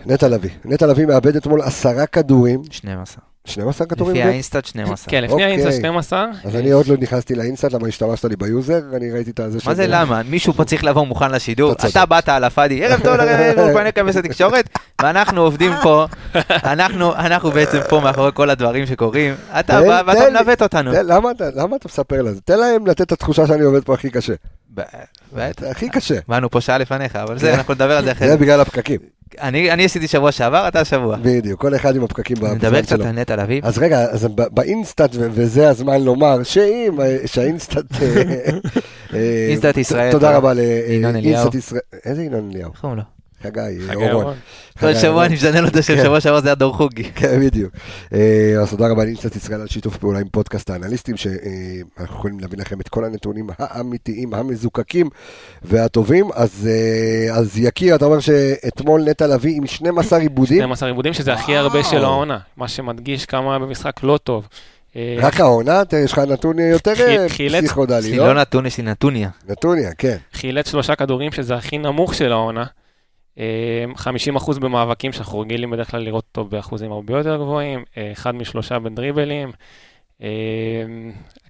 S1: נטע לביא. נטע לביא מאבד אתמול עשרה כדורים,
S5: 12.
S1: 12 כדורים?
S5: לפי
S1: גל?
S5: האינסטאט 12.
S2: כן, לפני
S1: אוקיי.
S2: האמצע 12.
S1: אז אני עוד לא נכנסתי לאינסט, למה השתמשת לי ביוזר, אני ראיתי את הזה
S5: מה זה למה? מישהו פה צריך לבוא מוכן לשידור.
S1: כן. אתה צודק.
S5: אתה באת על הפאדי, ערב טוב לאולפני כבש התקשורת, ואנחנו עובדים פה, אנחנו אנחנו בעצם פה מאחורי כל הדברים שקורים. אתה
S1: תן-
S5: בא ואתה
S1: תן לי.
S5: מנווט אותנו.
S1: תן, למה, אתה- למה אתה מספר לזה? תן להם לתת את התחושה שאני עובד פה הכי קשה.
S5: ב- בטח.
S1: זה הכי קשה.
S5: באנו פה שעה לפניך, אבל זה, אנחנו נדבר על זה אחרי
S1: זה
S5: זה.
S1: בגלל הפקקים.
S5: אני אני עשיתי שבוע שעבר, אתה שבוע.
S1: בדיוק, כל אחד עם הפקקים
S5: נדבר
S1: בזמן
S5: קצת
S1: שלו.
S5: על נטע לביא.
S1: לא, אז רגע, אז ב- באינסטאט, ו- וזה הזמן לומר שאם, אה, שהאינסטאט... אה, אה,
S5: אינסטאט ישראל.
S1: תודה רבה לאינסטאט
S5: ינון אליהו.
S1: ישראל. איזה ינון אליהו?
S5: איך קוראים לו?
S1: חגי אה,
S2: חגי
S1: אורון.
S2: אורון.
S1: חגי
S5: כל שבוע
S1: אורון.
S5: אני משנה לו את השם,
S1: כן.
S5: שבוע שעבר זה היה דור חוגי.
S1: כן, בדיוק. אה, אז תודה רבה לאינסטנט ישראל על שיתוף פעולה עם פודקאסט האנליסטים, שאנחנו יכולים להביא לכם את כל הנתונים האמיתיים, המזוקקים והטובים. אז, אה, אז יקיר, אתה אומר שאתמול נטע לביא עם 12 עיבודים,
S2: 12 עיבודים, שזה הכי הרבה של העונה, מה שמדגיש כמה במשחק לא טוב. אה,
S1: רק העונה, תראה, יש לך נתון יותר אה,
S2: חי- חילץ-
S5: יש
S1: פסיכודלי,
S5: לי
S1: לא?
S5: לא נתון, יש לי נתוניה.
S1: נתוניה, כן.
S2: חילץ שלושה כדורים, שזה הכי נמוך של העונה. אה, 50% במאבקים שאנחנו רגילים בדרך כלל לראות אותו באחוזים הרבה יותר גבוהים, אה, אחד משלושה בדריבלים. אה,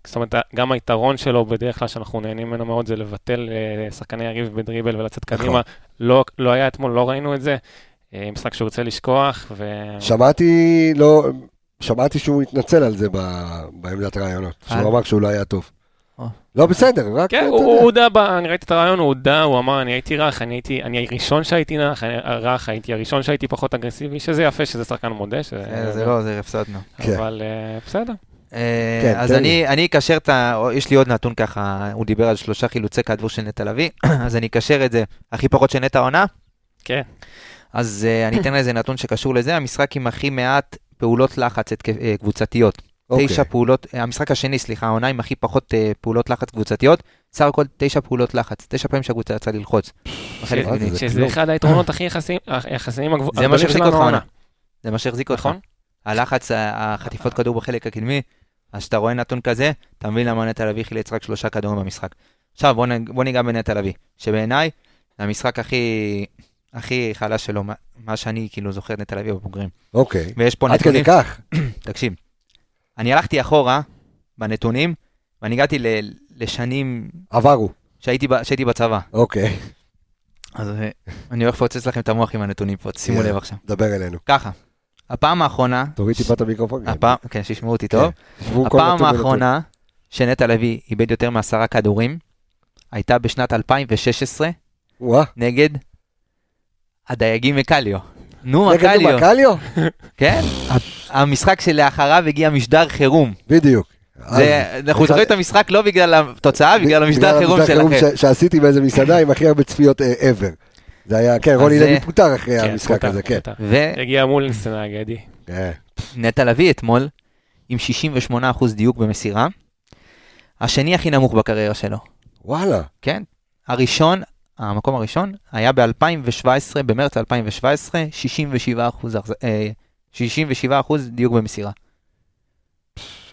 S2: זאת אומרת, גם היתרון שלו בדרך כלל שאנחנו נהנים ממנו מאוד זה לבטל אה, שחקני יריב בדריבל ולצאת
S1: נכון.
S2: קדימה. לא לא היה אתמול, לא ראינו את זה. אה, משחק שהוא רוצה לשכוח. ו...
S1: שמעתי, לא... שמעתי שהוא התנצל על זה ב- בעמדת ראיונות, שהוא
S5: אה.
S1: אמר שהוא לא היה טוב.
S5: אה.
S1: לא בסדר, רק...
S2: כן,
S1: אתה
S2: הוא
S1: יודע.
S2: הוא הודה, ב- אני ראיתי את הרעיון, הוא הודה, הוא אמר, אני הייתי רך, אני הייתי, אני הראשון שהייתי נח- רך, הייתי הראשון שהייתי פחות אגרסיבי, שזה יפה, שזה שחקן מודה, שזה-
S1: אה,
S5: זה לא, זה הפסדנו.
S1: כן.
S2: אבל אה, בסדר.
S5: אה,
S1: כן,
S5: אז
S1: תן
S5: אני, אני אקשר את ה... או, יש לי עוד נתון ככה, הוא דיבר על שלושה חילוצי כדור של נטע לביא, אז אני אקשר את זה. הכי פחות של נטע עונה?
S2: כן.
S5: אז אה, אני אתן איזה נתון שקשור לזה, המשחק עם הכי מעט פעולות לחץ התק- אה, קבוצתיות.
S1: אוקיי.
S5: תשע פעולות, אה, המשחק השני, סליחה, העונה עם הכי פחות אה, פעולות לחץ קבוצתיות, סך הכל תשע פעולות לחץ, תשע פעמים שהקבוצה יצאה ללחוץ. אוקיי, בחלק
S2: ש-
S5: השני.
S1: זה
S2: שזה
S1: כלום.
S2: אחד היתרונות הכי יחסיים- היחסיים הגבו-
S5: זה מה
S2: הגדולים
S5: שהחזיק
S2: שלנו
S5: אותך
S2: העונה.
S5: העונה. זה מה שהחזיק אותך.
S2: נכון?
S5: הלחץ, ה- החטיפות כדור בחלק הקדמי, אז כשאתה רואה נתון כזה, אתה מבין למה נטע לביא חילץ רק שלושה כדורים במשחק. עכשיו בוא, נ- בוא ניגע בנטע לביא, שבעיניי זה המשחק הכי, הכי חלש שלו, מה, מה שאני כאילו זוכר את נטע לביא בבוגרים.
S1: אוקיי.
S5: ויש פה
S1: עד כדי
S5: נתונים,
S1: כך.
S5: תקשיב, אני הלכתי אחורה בנתונים, ואני הגעתי ל, לשנים
S1: עברו.
S5: שהייתי, ב, שהייתי בצבא.
S1: אוקיי.
S5: אז אה, אני הולך לפוצץ לכם את המוח עם הנתונים פה, שימו
S1: יאללה.
S5: לב עכשיו.
S1: דבר אלינו.
S5: ככה, הפעם האחרונה,
S1: תוריד טיפה את המיקרופון.
S5: הפעם, כן, שישמעו אותי
S1: כן.
S5: טוב.
S1: שבו כל
S5: הפעם
S1: נתון ונתון.
S5: האחרונה שנטע לביא איבד יותר מעשרה כדורים הייתה בשנת 2016
S1: וואה.
S5: נגד הדייגים מקליו. נו,
S1: נגד
S5: מקליו,
S1: מקליו?
S5: כן? ה- המשחק שלאחריו הגיע משדר חירום.
S1: בדיוק. אז-
S5: זה- אנחנו זוכרים את המשחק לא בגלל התוצאה, בגלל המשדר חירום
S1: המשדר חירום
S5: שלכם.
S1: ש- שעשיתי באיזה מסעדה עם הכי הרבה צפיות אה, ever. זה היה, כן,
S5: אז אה,
S1: רוני
S5: זה-
S1: לוי פוטר אחרי
S2: כן,
S1: המשחק
S2: פוטר,
S1: הזה, כן. אה,
S2: פוטר.
S5: ונטע
S2: הגיע מול אינסטנאג, אדי.
S5: לביא אתמול עם 68% דיוק במסירה. השני הכי נמוך בקריירה שלו.
S1: וואלה.
S5: כן. הראשון, המקום הראשון, היה ב-2017, במרץ 2017, 67 אחוז, 67 אחוז דיוק במסירה.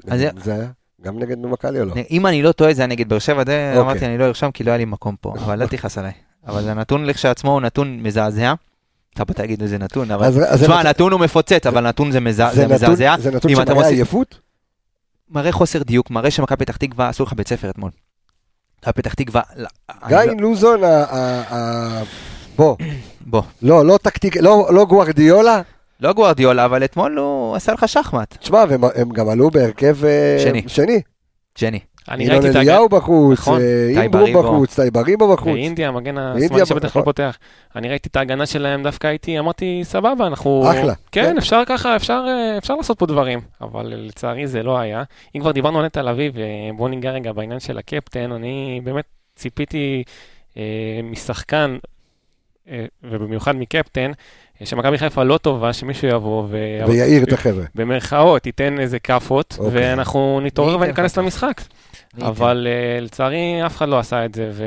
S5: אז זה-
S1: זה היה גם נגד מקליו לא.
S5: אם אני לא טועה, זה היה נגד באר שבע, זה
S1: אוקיי.
S5: אמרתי, אני לא ארשום כי לא היה לי מקום פה, אבל אל תכעס עליי. אבל הנתון לכשעצמו הוא נתון מזעזע. אתה בא תגיד איזה נתון, אבל...
S1: אז- אז זה
S5: תשמע,
S1: נתון-
S5: הנתון הוא מפוצץ, אבל נתון זה מזע-
S1: זה
S5: זה
S1: נתון-
S5: מזעזע.
S1: זה נתון
S5: אם אתה
S1: שמראה
S5: מוסיף-
S1: עייפות?
S5: מראה חוסר דיוק, מראה שמכבי פתח תקווה עשו לך בית ספר אתמול. הפתח תקווה... לא, אני
S1: גיא
S5: לא-
S1: לוזון, ה- ה- ה- בוא,
S5: בוא.
S1: לא, לא טקטיק, לא לא גוארדיולה,
S5: לא גוארדיולה, אבל אתמול הוא עשה לך שחמט.
S1: תשמע, והם- הם גם עלו בהרכב אה,
S5: שני.
S1: שני.
S5: ג'ני.
S2: אני
S1: ינון
S2: ראיתי את ההגנה,
S1: אליהו בחוץ,
S5: נכון,
S1: אה,
S5: טייב
S1: אימברו
S5: אריבו.
S1: בחוץ, טייבריבו בחוץ.
S2: ואינדיה, המגן
S1: ואינדיה
S2: השמאלי שבטח
S1: נכון.
S2: לא פותח. אני ראיתי את ההגנה שלהם, דווקא הייתי, אמרתי, סבבה, אנחנו...
S1: אחלה. כן.
S2: כן, אפשר ככה, אפשר אה, אפשר לעשות פה דברים, אבל אה, לצערי זה לא היה. אם כבר דיברנו על נטע לביא, ובואו ניגע רגע בעניין של הקפטן, אני באמת ציפיתי אה, משחקן, אה, ובמיוחד מקפטן, אה, שמכבי חיפה לא טובה, שמישהו יבוא ו...
S1: ויעיר את החבר'ה.
S2: במרכאות, ייתן איזה כאפות,
S1: אוקיי.
S2: ואנחנו
S5: מי
S2: נתעורר
S5: ייתן
S2: וניכנס
S5: לך?
S2: למשחק. אבל אה, לצערי אף אחד לא עשה את זה, ו...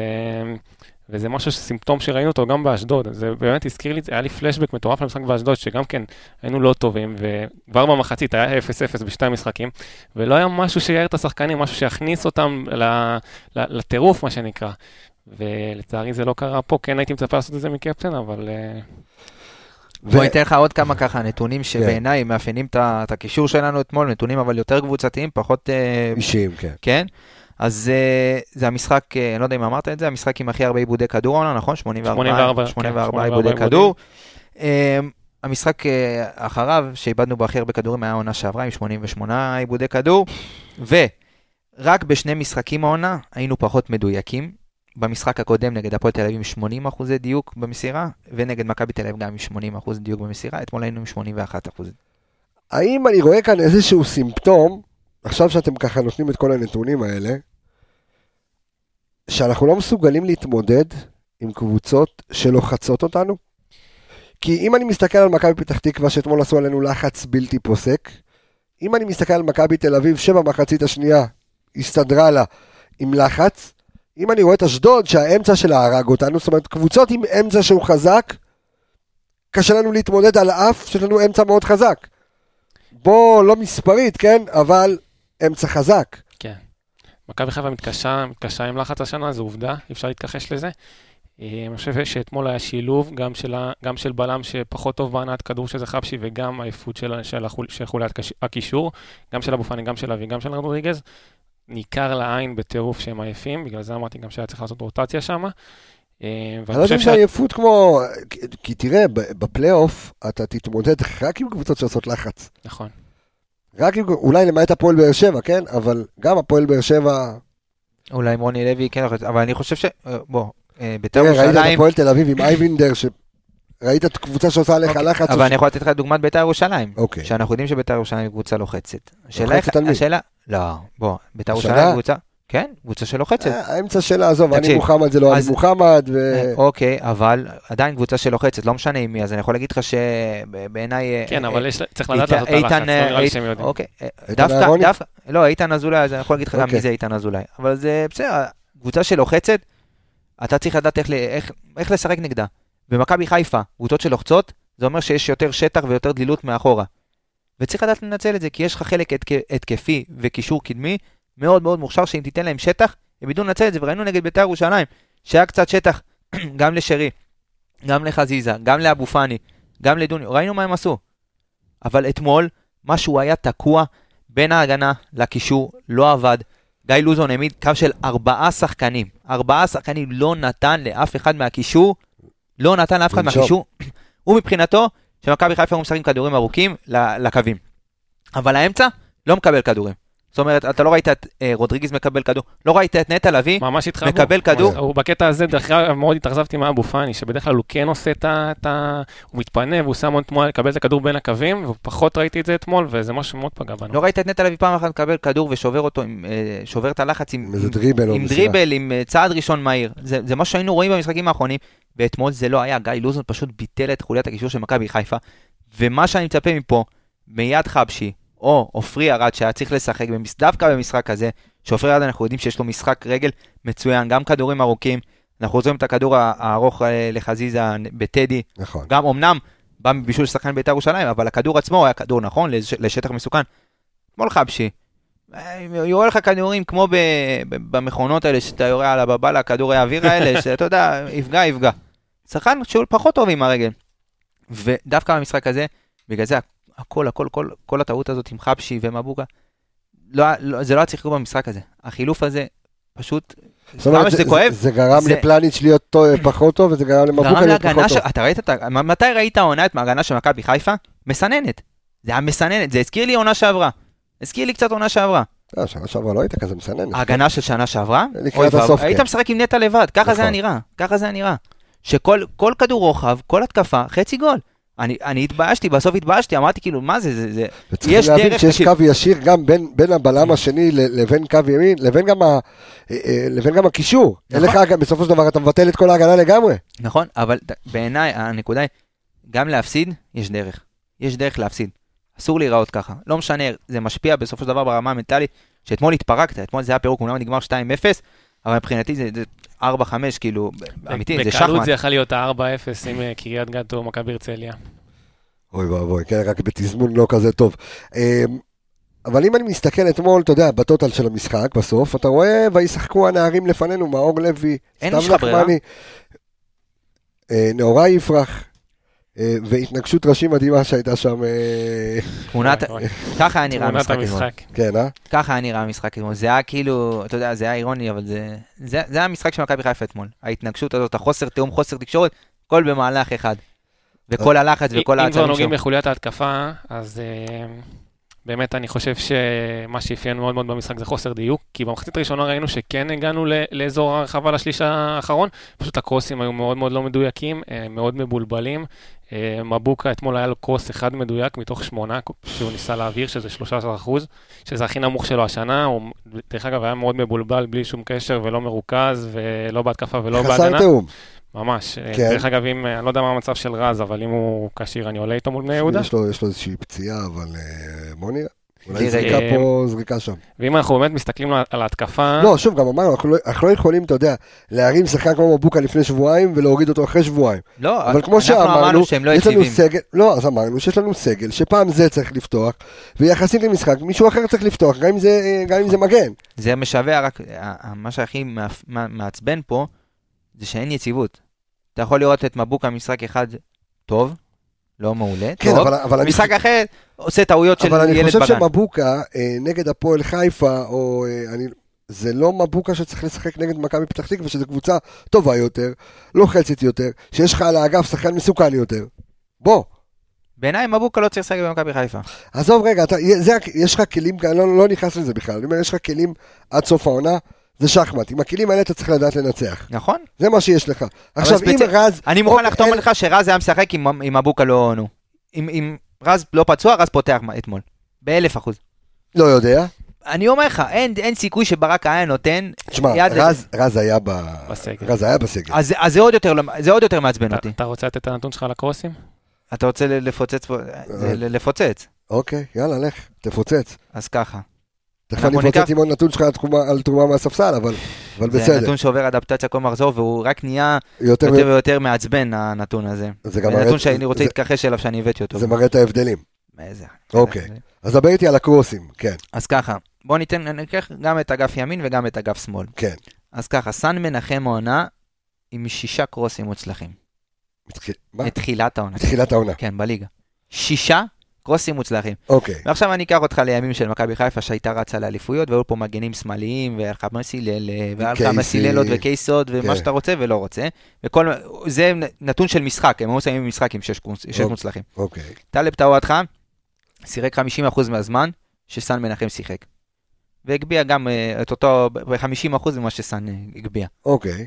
S2: וזה משהו, סימפטום שראינו אותו גם באשדוד. זה באמת הזכיר לי, היה לי פלשבק מטורף למשחק באשדוד, שגם כן היינו לא טובים, וכבר במחצית היה 0-0 בשתי המשחקים, ולא היה משהו שיער את השחקנים, משהו שיכניס אותם ל... ל... לטירוף, מה שנקרא. ולצערי זה לא קרה פה, כן הייתי מצפה לעשות את זה מקפטן, אבל... אה,
S5: בוא אני אתן לך עוד כמה ככה נתונים שבעיניי מאפיינים את ה- את הקישור שלנו אתמול, נתונים אבל יותר קבוצתיים, פחות... אה,
S1: אישיים, כן.
S5: כן? אז אה, זה המשחק, אה, אני לא יודע אם אמרת את זה, המשחק עם הכי הרבה עיבודי כדור העונה, נכון? 84
S2: 84, כן,
S5: 84
S2: 84
S5: עיבודי
S2: עיבודים.
S5: כדור. אה, המשחק אה, אחריו, שאיבדנו בו הכי הרבה כדורים, היה העונה שעברה עם 88 עיבודי כדור, ורק בשני משחקים העונה היינו פחות מדויקים. במשחק הקודם נגד הפועל תל אביב עם 80 אחוזי דיוק במסירה, ונגד מכבי תל אביב גם עם 80 אחוז דיוק במסירה, אתמול היינו עם 81 אחוז.
S1: האם אני רואה כאן איזשהו סימפטום, עכשיו שאתם ככה נותנים את כל הנתונים האלה, שאנחנו לא מסוגלים להתמודד עם קבוצות שלוחצות אותנו? כי אם אני מסתכל על מכבי פתח תקווה, שאתמול עשו עלינו לחץ בלתי פוסק, אם אני מסתכל על מכבי תל אביב, שבמחצית השנייה הסתדרה לה עם לחץ, אם אני רואה את אשדוד, שהאמצע שלה הרג אותנו, זאת אומרת, קבוצות עם אמצע שהוא חזק, קשה לנו להתמודד על אף שיש לנו אמצע מאוד חזק. בוא, לא מספרית, כן? אבל אמצע חזק.
S2: כן. מכבי חיפה מתקשה, מתקשה עם לחץ השנה, זו עובדה, אי אפשר להתכחש לזה. אה, אני חושב שאתמול היה שילוב גם של, ה- גם של בלם שפחות טוב בהנעת כדור שזה חבשי וגם עייפות של, ה- של, החול- של חוליית קש- הקישור, גם של אבו פאני, גם של אבי, גם של רודריגז. ניכר לעין בטירוף שהם עייפים, בגלל זה אמרתי גם שהיה צריך לעשות רוטציה אה, שם.
S1: אני לא יודע אם זה עייפות כמו... כי- כי תראה, ב- בפלייאוף אתה תתמודד רק עם קבוצות שעושות לחץ.
S2: נכון.
S1: רק עם... אולי למעט הפועל באר שבע, כן? אבל גם הפועל באר שבע...
S5: אולי עם רוני לוי כן, אבל אני חושב ש... אה, בוא, אה, בית"ר
S1: תראה, כן, ראית את
S5: ירושלים...
S1: הפועל תל אביב עם אייבינדר, ש... ראית את קבוצה שעושה עליך
S5: אוקיי,
S1: לחץ.
S5: אבל אני יכול לתת לך דוגמת בית"ר ירושלים,
S1: אוקיי.
S5: שאנחנו יודעים שבית"ר ירושלים היא קבוצה לוחצת. השאלה
S1: לוחצת
S5: איך...
S1: על מי?
S5: השאלה... לא, בוא, בית"ר
S1: השנה?
S5: ירושלים היא קבוצה... כן, קבוצה שלוחצת.
S1: אה, האמצע שלה, עזוב, אני
S5: תקשיב,
S1: מוחמד זה לא אני
S5: אז-
S1: מוחמד, ו...
S5: אה, אוקיי, אבל עדיין קבוצה שלוחצת, לא משנה עם מי, אז אני יכול להגיד לך שבעיניי... אה,
S2: כן,
S5: אה,
S2: אבל יש, צריך
S5: איתן-
S2: לדעת לעשות את הלחץ, לא
S5: איתן,
S2: נראה לי
S5: איתן-
S2: שהם יודעים.
S5: אוקיי, אה,
S1: איתן
S5: דווקא,
S1: אהרוני?
S5: דווקא, לא, איתן אזולאי, אז אני יכול להגיד לך גם
S1: אוקיי.
S5: מי זה איתן אזולאי, אבל זה בסדר, קבוצה שלוחצת, אתה צריך לדעת איך ל- איך- איך לשחק נגדה. במכבי חיפה, קבוצות שלוחצות, זה אומר שיש יותר שטח ויותר דלילות מאחורה. וצריך לדעת לנצל את זה, כי יש לך חלק התק- התקפי וקישור קדמי מאוד מאוד מוכשר, שאם תיתן להם שטח, הם ידעו לנצל את זה, וראינו נגד בית"ר ירושלים, שהיה קצת שטח גם לשרי, גם לחזיזה, גם לאבו פאני, גם לדוני, ראינו מה הם עשו. אבל אתמול, משהו היה תקוע בין ההגנה לקישור, לא עבד. גיא לוזון העמיד קו של ארבעה שחקנים. ארבעה שחקנים לא נתן לאף אחד מהקישור, לא נתן לאף אחד
S1: לנשום.
S5: מהקישור. הוא מבחינתו, שמכבי חיפה הוא משחק עם כדורים ארוכים ל- לקווים. אבל האמצע לא מקבל כדורים. זאת אומרת, אתה לא ראית את אה, רודריגז מקבל כדור, לא ראית את נטע לביא,
S2: ממש התחברו.
S5: מקבל כדור.
S2: ממש- הוא בקטע הזה, דרך אגב, מאוד התאכזבתי מאבו פאני, שבדרך כלל הוא כן עושה את ה... את ה- הוא מתפנה והוא שם עוד תמונה לקבל את הכדור בין הקווים, ופחות ראיתי את זה אתמול, וזה משהו שמאוד פגע בנו.
S5: לא ראית את נטע לביא פעם אחת מקבל כדור ושובר אותו, עם, אה, שובר את הלחץ עם,
S1: עם איזה
S5: עם-
S1: דריבל לא, או
S5: עם
S1: מסירה.
S5: דריבל, עם אה, צעד ראשון מהיר. זה, זה מה שהיינו רואים במשחקים האחרונים, ואתמול זה לא היה. גיא לוזון פשוט ביטל את חוליית הקישור של מכבי חיפה, ומה שאני מצפה מפה, מיד חבשי, או עופרי ארד, שהיה צריך לשחק במס... דווקא במשחק הזה, שעופרי ארד אנחנו יודעים שיש לו משחק רגל מצוין, גם כדורים ארוכים, אנחנו זוכרים את הכדור ה- הארוך אה, לחזיזה בטדי,
S1: נכון.
S5: גם אמנם בא מבישול של שחקן בית"ר ירושלים, אבל הכדור עצמו היה כדור נכון לש- לשטח מסוכן. אתמול חבשי. אה, יורה לך כדורים כמו ב- ב- במכונות האלה שאתה יורה על הבבלה, כדורי האוויר האלה, שאתה יודע, יפגע, יפגע. שחקן שהוא פחות טוב עם הרגל. ודווקא במשחק הזה, בגלל זה הכל, הכל, כל, כל הטעות הזאת עם חבשי ומבוקה, לא, היה- לא, זה לא היה צריך לקרות במשחק הזה. החילוף הזה פשוט,
S1: זאת אומרת,
S5: כמה שזה כואב,
S1: זה גרם
S5: זה-
S1: לפלניץ' להיות טוב- פחות טוב, וזה גרם למבוקה
S5: גרם
S1: להיות
S5: להגנה
S1: פחות
S5: של...
S1: טוב.
S5: אתה ראית את ה... מ- מתי ראית העונה את ההגנה של מכבי חיפה? מסננת. זה היה מסננת, זה הזכיר לי עונה שעברה. הזכיר לי קצת עונה שעברה.
S1: אה, שנה שעברה לא הייתה כזה מסננת.
S5: ההגנה של שנה שעברה,
S1: לקראת
S5: אוי ואבוי,
S1: הסוף,
S5: היית
S1: כן.
S5: משחק עם נטע לבד, ככה זה היה
S1: נכון.
S5: נראה, ככה זה היה נראה. שכל כל כדור רוחב, כל התקפה, חצי גול. אני, אני התביישתי, בסוף התביישתי, אמרתי כאילו, מה זה, זה, זה,
S1: וצריכים
S5: יש
S1: להבין
S5: דרך,
S1: שיש
S5: תקשיב. כן.
S1: קו ישיר גם בין, בין הבלם השני ל- לבין קו ימין, לבין גם, ה, אה, אה, לבין גם הקישור. אין
S5: נכון.
S1: לך, הג- בסופו של דבר אתה מבטל את כל ההגנה לגמרי.
S5: נכון? אבל ד- בעיניי, הנקודה היא, גם להפסיד, יש דרך. יש דרך להפסיד. אסור להיראות ככה. לא משנה, זה משפיע בסופו של דבר ברמה המנטלית, שאתמול התפרקת, אתמול זה היה פירוק, אומנם נגמר 2-0, אבל מבחינתי זה, זה 4-5, כאילו, אמיתי, זה שחמט.
S2: בקלות זה יכול להיות ה-4-0 עם אה, קריית גת או מכבי הרצליה.
S1: אוי ואבוי, כן, רק בתזמון לא כזה טוב. אמ, אבל אם אני מסתכל אתמול, אתה יודע, בטוטל של המשחק, בסוף, אתה רואה, וישחקו הנערים לפנינו, מאור לוי,
S5: אין
S1: סתם
S5: לך ברירה.
S1: נחמני, אה, נאורה יפרח, אה, והתנגשות ראשים מדהימה שהייתה שם, אה,
S5: תמונת,
S2: אוי, אוי.
S5: ככה היה נראה המשחק אתמול.
S2: המשחק.
S1: כן, אה?
S5: ככה היה נראה המשחק אתמול, זה היה כאילו, אתה יודע, זה היה אירוני, אבל זה, זה, זה היה המשחק של מכבי חיפה אתמול. ההתנגשות הזאת, החוסר תיאום, חוסר תקשורת, הכל במהלך אחד. וכל הלחץ וכל
S2: אם כבר
S5: העצבים
S2: נוגעים
S5: שלו.
S2: בחוליית ההתקפה, אז אה, באמת אני חושב שמה שאפיין מאוד מאוד במשחק זה חוסר דיוק, כי במחצית הראשונה ראינו שכן הגענו ל- לאזור הרחבה לשליש האחרון, פשוט הקרוסים היו מאוד מאוד לא מדויקים, אה, מאוד מבולבלים. אה, מבוקה אתמול היה לו קרוס אחד מדויק מתוך שמונה שהוא ניסה להעביר, שזה 13 אחוז, שזה הכי נמוך שלו השנה, הוא דרך אגב היה מאוד מבולבל בלי שום קשר ולא מרוכז ולא בהתקפה ולא בהגנה.
S1: חסר תיאום.
S2: ממש. אה,
S1: כן.
S2: דרך אגב, אם, אה, אני לא יודע מה המצב של רז, אבל אם הוא כשיר, אני עולה איתו מול בני יהודה.
S1: יש לו, יש לו איזושהי פציעה, אבל אה, בוא נראה. אולי
S5: תראה,
S1: זריקה
S2: אה,
S1: פה, זריקה שם.
S2: ואם אנחנו באמת מסתכלים על- על ההתקפה,
S1: לא, שוב, גם אמרנו, אנחנו לא- אנחנו לא יכולים, אתה יודע, להרים שחקן כמו מבוקה לפני שבועיים ולהוריד אותו אחרי שבועיים.
S5: לא,
S1: אבל כמו
S5: אנחנו
S1: שאמרנו,
S5: אמרנו שהם לא
S1: יש לנו
S5: יציבים.
S1: סגל, לא, אז אמרנו שיש לנו סגל, שפעם זה צריך לפתוח, ויחסית למשחק, מישהו אחר צריך לפתוח, גם אם זה, אה, גם אם זה מגן.
S5: זה משווע, רק ה- ה- מה שהכי מאפ- מע- מעצבן פה, זה שאין יציבות. אתה יכול לראות את מבוקה משחק אחד טוב, לא מעולה,
S1: כן,
S5: טוב.
S1: אבל, אבל אני,
S5: משחק אחר עושה טעויות של
S1: אבל אני
S5: ילד
S1: חושב
S5: בגן.
S1: שמבוקה אה, נגד הפועל חיפה, או אה, אני... זה לא מבוקה שצריך לשחק נגד מכבי פתח תקווה, שזו קבוצה טובה יותר, לוחצת יותר, שיש לך על האגף שחקן מסוכן יותר. בוא,
S5: בעיניי מבוקה לא צריך לשחק במכבי חיפה.
S1: עזוב רגע, אתה, זה, הכ- יש לך כלים, אני לא, לא נכנס לזה בכלל, אני אומר, יש לך כלים עד סוף העונה, זה שחמט. עם הכלים האלה אתה צריך לדעת לנצח.
S5: נכון?
S1: זה מה שיש לך. עכשיו, אם
S5: ספציפ-
S1: רז...
S5: אני מוכן
S1: אוקיי,
S5: לחתום
S1: אין-
S5: לך שרז היה משחק אם אם מבוקה לא... נו. אם- אם רז לא פצוע, רז פותח מ- אתמול. באלף אחוז.
S1: לא יודע.
S5: אני אומר לך, אין אין סיכוי שברק היה נותן
S1: תשמע,
S5: יד...
S1: רז- רז היה ב...
S2: בסגל.
S1: רז היה בסגל.
S5: אז אז זה עוד יותר לא- זה עוד יותר מעצבן
S1: אה.
S5: אותי.
S2: אתה- אתה רוצה לתת את הנתון שלך על הקרוסים?
S5: אתה רוצה ל- לפוצץ פה?
S1: אה.
S5: זה ל- לפוצץ.
S1: אוקיי, יאללה, לך, תפוצץ.
S5: אז ככה.
S1: תכף אני
S5: אנחנו
S1: אפוצץ
S5: ניקח-
S1: עם עוד נתון שלך על תרומה- על תרומה מהספסל, אבל אבל
S5: זה
S1: בסדר.
S5: נתון שעובר אדפטציה כל מחזור, והוא רק נהיה
S1: יותר...
S5: יותר ויותר מעצבן, הנתון הזה.
S1: זה גם
S5: זה
S1: מראה-
S5: נתון שאני רוצה
S1: זה-
S5: להתכחש אליו, שאני הבאתי אותו.
S1: זה מראה את ההבדלים.
S5: איזה-
S1: אוקיי. אז דבר איתי על הקרוסים, כן,
S5: אז ככה, בואו ניתן, ניקח גם את אגף ימין וגם את אגף שמאל.
S1: כן.
S5: אז ככה, סן מנחם העונה עם שישה קרוסים מוצלחים.
S1: מתחיל- מה?
S5: מתחילת העונה.
S1: מתחילת העונה.
S5: כן, בליגה. שישה קרוסים מוצלחים.
S1: אוקיי.
S5: ועכשיו אני אקח אותך לימים של מכבי חיפה שהייתה רצה לאליפויות, והיו פה מגנים שמאליים, והיה לך מסיללה, והיה לך
S1: קייסי.
S5: אה, מסיללות וקייסות,
S1: כן.
S5: ומה שאתה רוצה ולא רוצה. וכל, זה נתון של משחק, הם היו שמים משחק עם שש קרוס- שש
S1: אוקיי.
S5: מוצלחים.
S1: אוקיי.
S5: טלב טוואטחה שיחק 50% מהזמן שסן מנחם שיחק. והגביה גם אה, את אותו ב-50% ממה שסן אה, הגביה.
S1: אוקיי.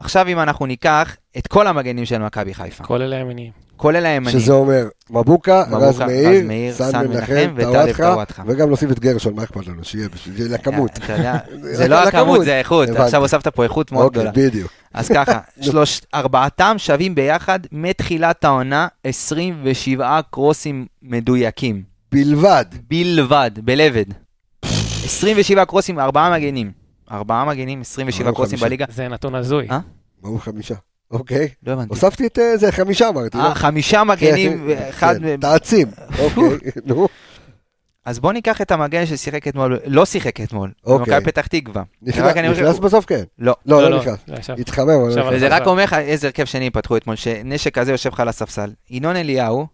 S5: עכשיו אם אנחנו ניקח את כל המגנים של מכבי חיפה,
S2: כל אלה ימיניים.
S5: כולל הימנים,
S1: שזה אומר מבוקה,
S5: מבוקה,
S1: רז
S5: רז
S1: מאיר,
S5: מאיר,
S1: סן
S5: סן
S1: מנחם,
S5: מנחם וטלב
S1: טוואטחה,
S5: טוואטחה.
S1: וגם נוסיף את גרשון, מה אכפת לנו? שיהיה בשביל הכמות.
S5: אה, אתה יודע,
S1: רק
S5: זה לא
S1: על הכמות.
S5: הכמות, זה האיכות,
S1: הבנתי.
S5: עכשיו הוספת פה איכות מאוד
S1: אוקיי,
S5: גדולה.
S1: בדיוק.
S5: אז ככה, שלוש, ארבעתם שווים ביחד מתחילת העונה 27 קרוסים מדויקים.
S1: בלבד.
S5: בלבד, בלבד. 27 קרוסים, ארבעה מגנים. ארבעה מגנים, 27
S1: אמרנו
S5: קרוסים
S1: אה, חמישה.
S5: בליגה.
S2: זה נתון הזוי.
S5: אה?
S1: ברור חמישה. אוקיי.
S5: לא הבנתי.
S1: הוספתי את אה, זה, חמישה אמרתי. לא?
S5: אה, חמישה מגנים,
S1: כן,
S5: אחד...
S1: כן, תעצים. אוקיי, נו.
S5: אז בואו ניקח את המגן ששיחק אתמול, לא שיחק אתמול.
S1: אוקיי.
S5: במכבי פתח תקווה.
S1: נכנס
S5: רק אני חושב-
S1: נכנס בסוף, כן.
S5: לא.
S1: לא, לא נכנס.
S2: עכשיו.
S1: התחמם, אבל
S2: עכשיו
S1: לא
S2: אבל
S5: וזה
S2: זה
S5: רק
S2: זה.
S5: אומר לך איזה הרכב שני פתחו אתמול, שנשק כזה יושב לך על הספסל. ינון אליהו,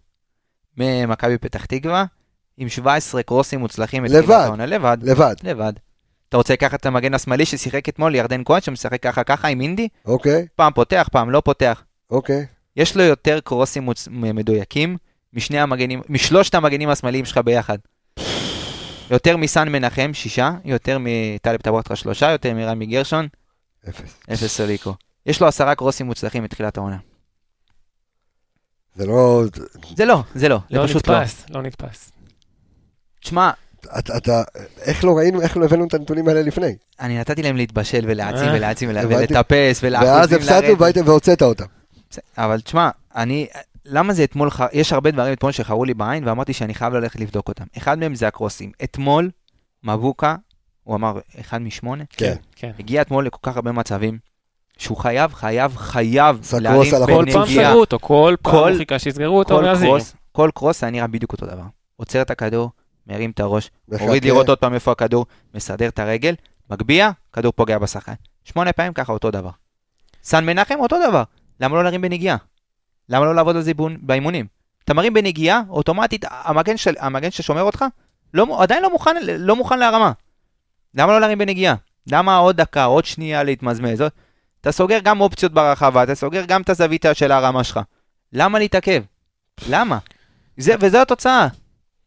S5: ממכבי פתח תקווה, עם 17 קרוסים מוצלחים. מתחילת
S1: לבד.
S5: העונה, לבד.
S1: לבד.
S5: לבד. אתה רוצה לקחת את המגן השמאלי ששיחק אתמול, ירדן כהן, שמשחק ככה ככה עם אינדי,
S1: אוקיי,
S5: פעם פותח, פעם לא פותח.
S1: אוקיי.
S5: יש לו יותר קרוסים מוצ- מ- מדויקים משני המגנים, משלושת המגנים השמאליים שלך ביחד. יותר מסן מנחם, שישה, יותר מטלב טבואטרה, שלושה, יותר מרמי גרשון,
S1: אפס.
S5: אפס סוליקו. יש לו עשרה קרוסים מוצלחים מתחילת העונה.
S1: זה לא...
S5: זה לא, זה לא,
S2: לא
S5: זה פשוט לא.
S2: נתפס, לא נתפס.
S5: תשמע,
S1: אתה- אתה... איך לא ראינו, איך לא הבאנו את הנתונים האלה לפני?
S5: אני נתתי להם להתבשל ולהעצים
S2: אה,
S5: ולהעצים ולה-
S1: הבנתי.
S5: ולטפס ולאחוזים
S1: ואז הפסדנו
S5: לרדת.
S1: והייתם- והוצאת אותם.
S5: בסדר, אבל תשמע, אני... למה זה אתמול, ח- יש הרבה דברים אתמול שחרו לי בעין ואמרתי שאני חייב ללכת לבדוק אותם. אחד מהם זה הקרוסים. אתמול, מבוקה, הוא אמר, אחד משמונה,
S1: כן.
S2: כן.
S5: הגיע אתמול לכל כך הרבה מצבים, שהוא חייב, חייב, חייב
S1: סגרו
S5: להרים
S1: על
S2: כל פעם
S5: בנגיעה.
S2: סגרו אותו, כל פעם
S5: כל-
S2: הוא חיכה שיסגרו אותו,
S5: כל
S2: ואז יהיו.
S5: קרוס, כל קרוס היה נראה בדיוק אותו דבר. עוצר את הכדור, מרים את הראש,
S1: מחכה.
S5: מוריד לראות עוד פעם איפה הכדור, מסדר את הרגל, מגביה, כדור פוגע בשחקן. שמונה פעמים ככה אותו דבר. סן מנחם אותו דבר. למה לא להרים בנגיעה? למה לא לעבוד על זה באימון- באימונים? אתה מרים בנגיעה, אוטומטית המגן, של, המגן ששומר אותך לא, מ- עדיין לא מוכן, לא מוכן להרמה. למה לא להרים בנגיעה? למה עוד דקה, עוד שנייה להתמזמז? עוד- אתה סוגר גם אופציות ברחבה, אתה סוגר גם את הזווית של הרמה שלך. למה להתעכב? למה? זה, וזו התוצאה.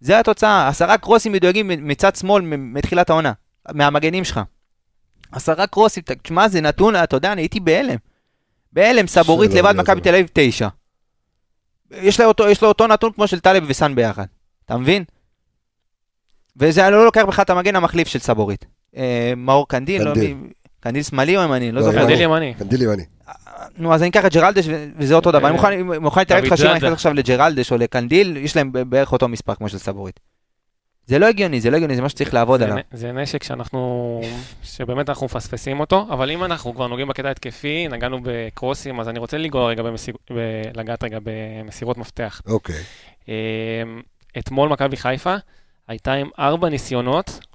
S5: זה התוצאה, עשרה קרוסים מדויקים מצד שמאל מ- מתחילת העונה, מהמגנים שלך. עשרה קרוסים, ת- תשמע, זה נתון, אתה יודע, אני הייתי בהלם. בהלם, סבורית
S1: שלא
S5: לבד,
S1: יעזור.
S5: מכבי תל אביב תשע. יש לו, אותו, יש לו אותו נתון כמו של טלב וסאן ביחד, אתה מבין? וזה אני לא לוקח בכלל את המגן המחליף של סבורית. אה, מאור קנדיל, לא,
S1: קנדיל.
S5: מי- קנדיל שמאלי או ימני, לא
S1: לא,
S5: זוכר.
S1: ימני.
S2: קנדיל ימני.
S1: קנדילי ואני.
S5: נו, אז אני אקח את ג'רלדש, ו- וזה אותו דבר. אני מוכן-
S1: אה,
S5: מוכן להתערב איתך
S2: דוד
S5: שאם אני
S2: זאדה.
S5: נכנס עכשיו לג'רלדש או לקנדיל, יש להם ב- בערך אותו מספר כמו של סבורית. זה לא הגיוני, זה לא הגיוני, זה מה שצריך לעבוד
S2: זה
S5: עליו.
S2: נ- זה נשק שאנחנו, שבאמת אנחנו מפספסים אותו, אבל אם אנחנו כבר נוגעים בקטע התקפי, נגענו בקרוסים, אז אני רוצה לנגוע רגע במסיג... ב... לגעת רגע במסירות מפתח.
S1: אוקיי.
S2: אמ, אתמול מכבי חיפה הייתה עם ארבע ניסיונות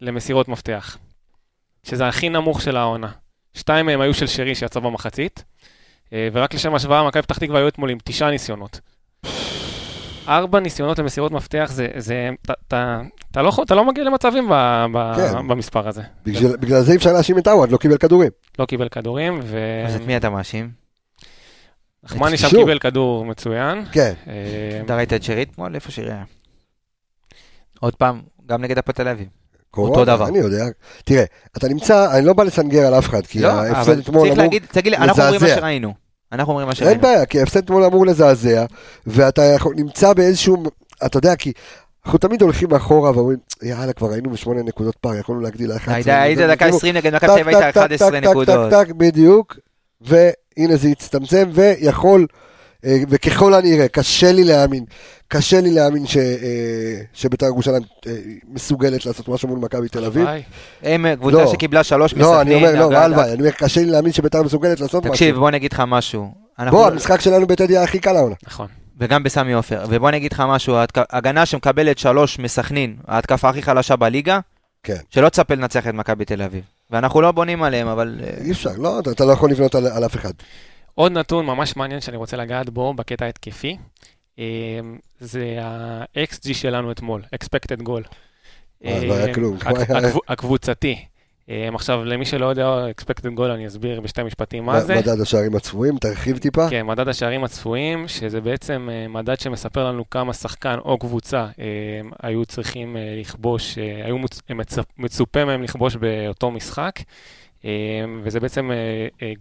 S2: למסירות מפתח, שזה הכי נמוך של העונה. שתיים מהם היו של שרי שיצא במחצית, אה, ורק לשם השוואה, מכבי פתח תקווה היו אתמול עם תשעה ניסיונות. ארבע ניסיונות למסירות מפתח, זה, זה, אתה- אתה- אתה לא, יכול- אתה לא מגיע למצבים ב, ב,
S1: כן.
S2: במספר הזה.
S1: בגלל- בגלל זה אי אפשר להאשים את עווד, לא קיבל כדורים.
S2: לא קיבל כדורים,
S5: אז
S1: אה,
S5: את מי אתה מאשים?
S2: ונחמני שם
S1: שוב.
S2: קיבל כדור מצוין.
S1: כן.
S2: אה,
S5: אתה ראית את שרי אתמול? איפה שרי היה? עוד פעם, גם נגד הפועל תל אביב.
S1: קורונה,
S5: דבר.
S1: אני יודע. תראה, אתה נמצא, אני לא בא לסנגר על אף אחד, כי
S5: לא,
S1: ההפסד
S5: אבל
S1: אתמול
S5: צריך
S1: אמור...
S5: להגיד, תגיד לי, אנחנו אומרים מה
S1: מזעזע.
S5: שראינו. אנחנו אומרים מה
S1: אין
S5: שראינו.
S1: בעיה, כי ההפסד אתמול אמור לזעזע, ואתה יכול- נמצא באיזשהו... אתה יודע, כי... אנחנו תמיד הולכים אחורה ואומרים, יאללה, כבר היינו בשמונה נקודות פער, יכולנו להגדיל ל-11.
S5: היית- היית דקה
S1: כאילו,
S5: 20 נגד מכבי תל אביב,
S1: טק,
S5: היית
S1: טק,
S5: 11
S1: טק, טק,
S5: נקודות.
S1: טק, טק, בדיוק, והנה זה הצטמצם, ויכול, אה, וככל הנראה, קשה לי להאמין, קשה לי להאמין ש- אה, שבית"ר ירושלים אה, מסוגלת לעשות משהו מול מכבי תל אביב.
S2: וואי,
S5: הם אה, קבוצה
S1: לא.
S5: שקיבלה שלוש מסכנין.
S1: לא, אני אומר, לא,
S5: אבל-
S1: הלוואי, אני אומר, קשה לי להאמין שבית"ר מסוגלת לעשות משהו.
S5: תקשיב, בוא אני אגיד לך משהו. אנחנו-
S1: בוא, המשחק שלנו בטדי היה הכי קל העונה.
S2: נכון.
S5: וגם בסמי עופר. ובוא אני אגיד לך משהו, ההתק- הגנה שמקבלת שלוש מסכנין, ההתקפה הכי חלשה בליגה,
S1: כן.
S5: שלא תצפה לנצח את מכבי תל אביב. ואנחנו לא בונים עליהם, אבל... אה,
S1: אי אפשר, לא, אתה- אתה לא יכול לבנות על על אף אחד.
S2: עוד נתון ממש מעניין שאני רוצה לגעת בו בקטע ההתקפי, אמ, זה ה-XG שלנו אתמול, expected goal.
S1: אה, לא היה
S2: אמ,
S1: כלום.
S2: הק-
S1: מה היה?
S2: הקב- הקבוצתי. אמ, עכשיו, למי שלא יודע, expected goal אני אסביר בשתי משפטים מה
S1: מ-
S2: זה.
S1: מדד השערים הצפויים, תרחיב טיפה.
S2: כן, מדד השערים הצפויים, שזה בעצם אה, מדד שמספר לנו כמה שחקן או קבוצה אה, היו צריכים אה, לכבוש, אה, היו מוצ- אה, מצפ- מצופה מהם לכבוש באותו משחק, אה, וזה בעצם אה, אה,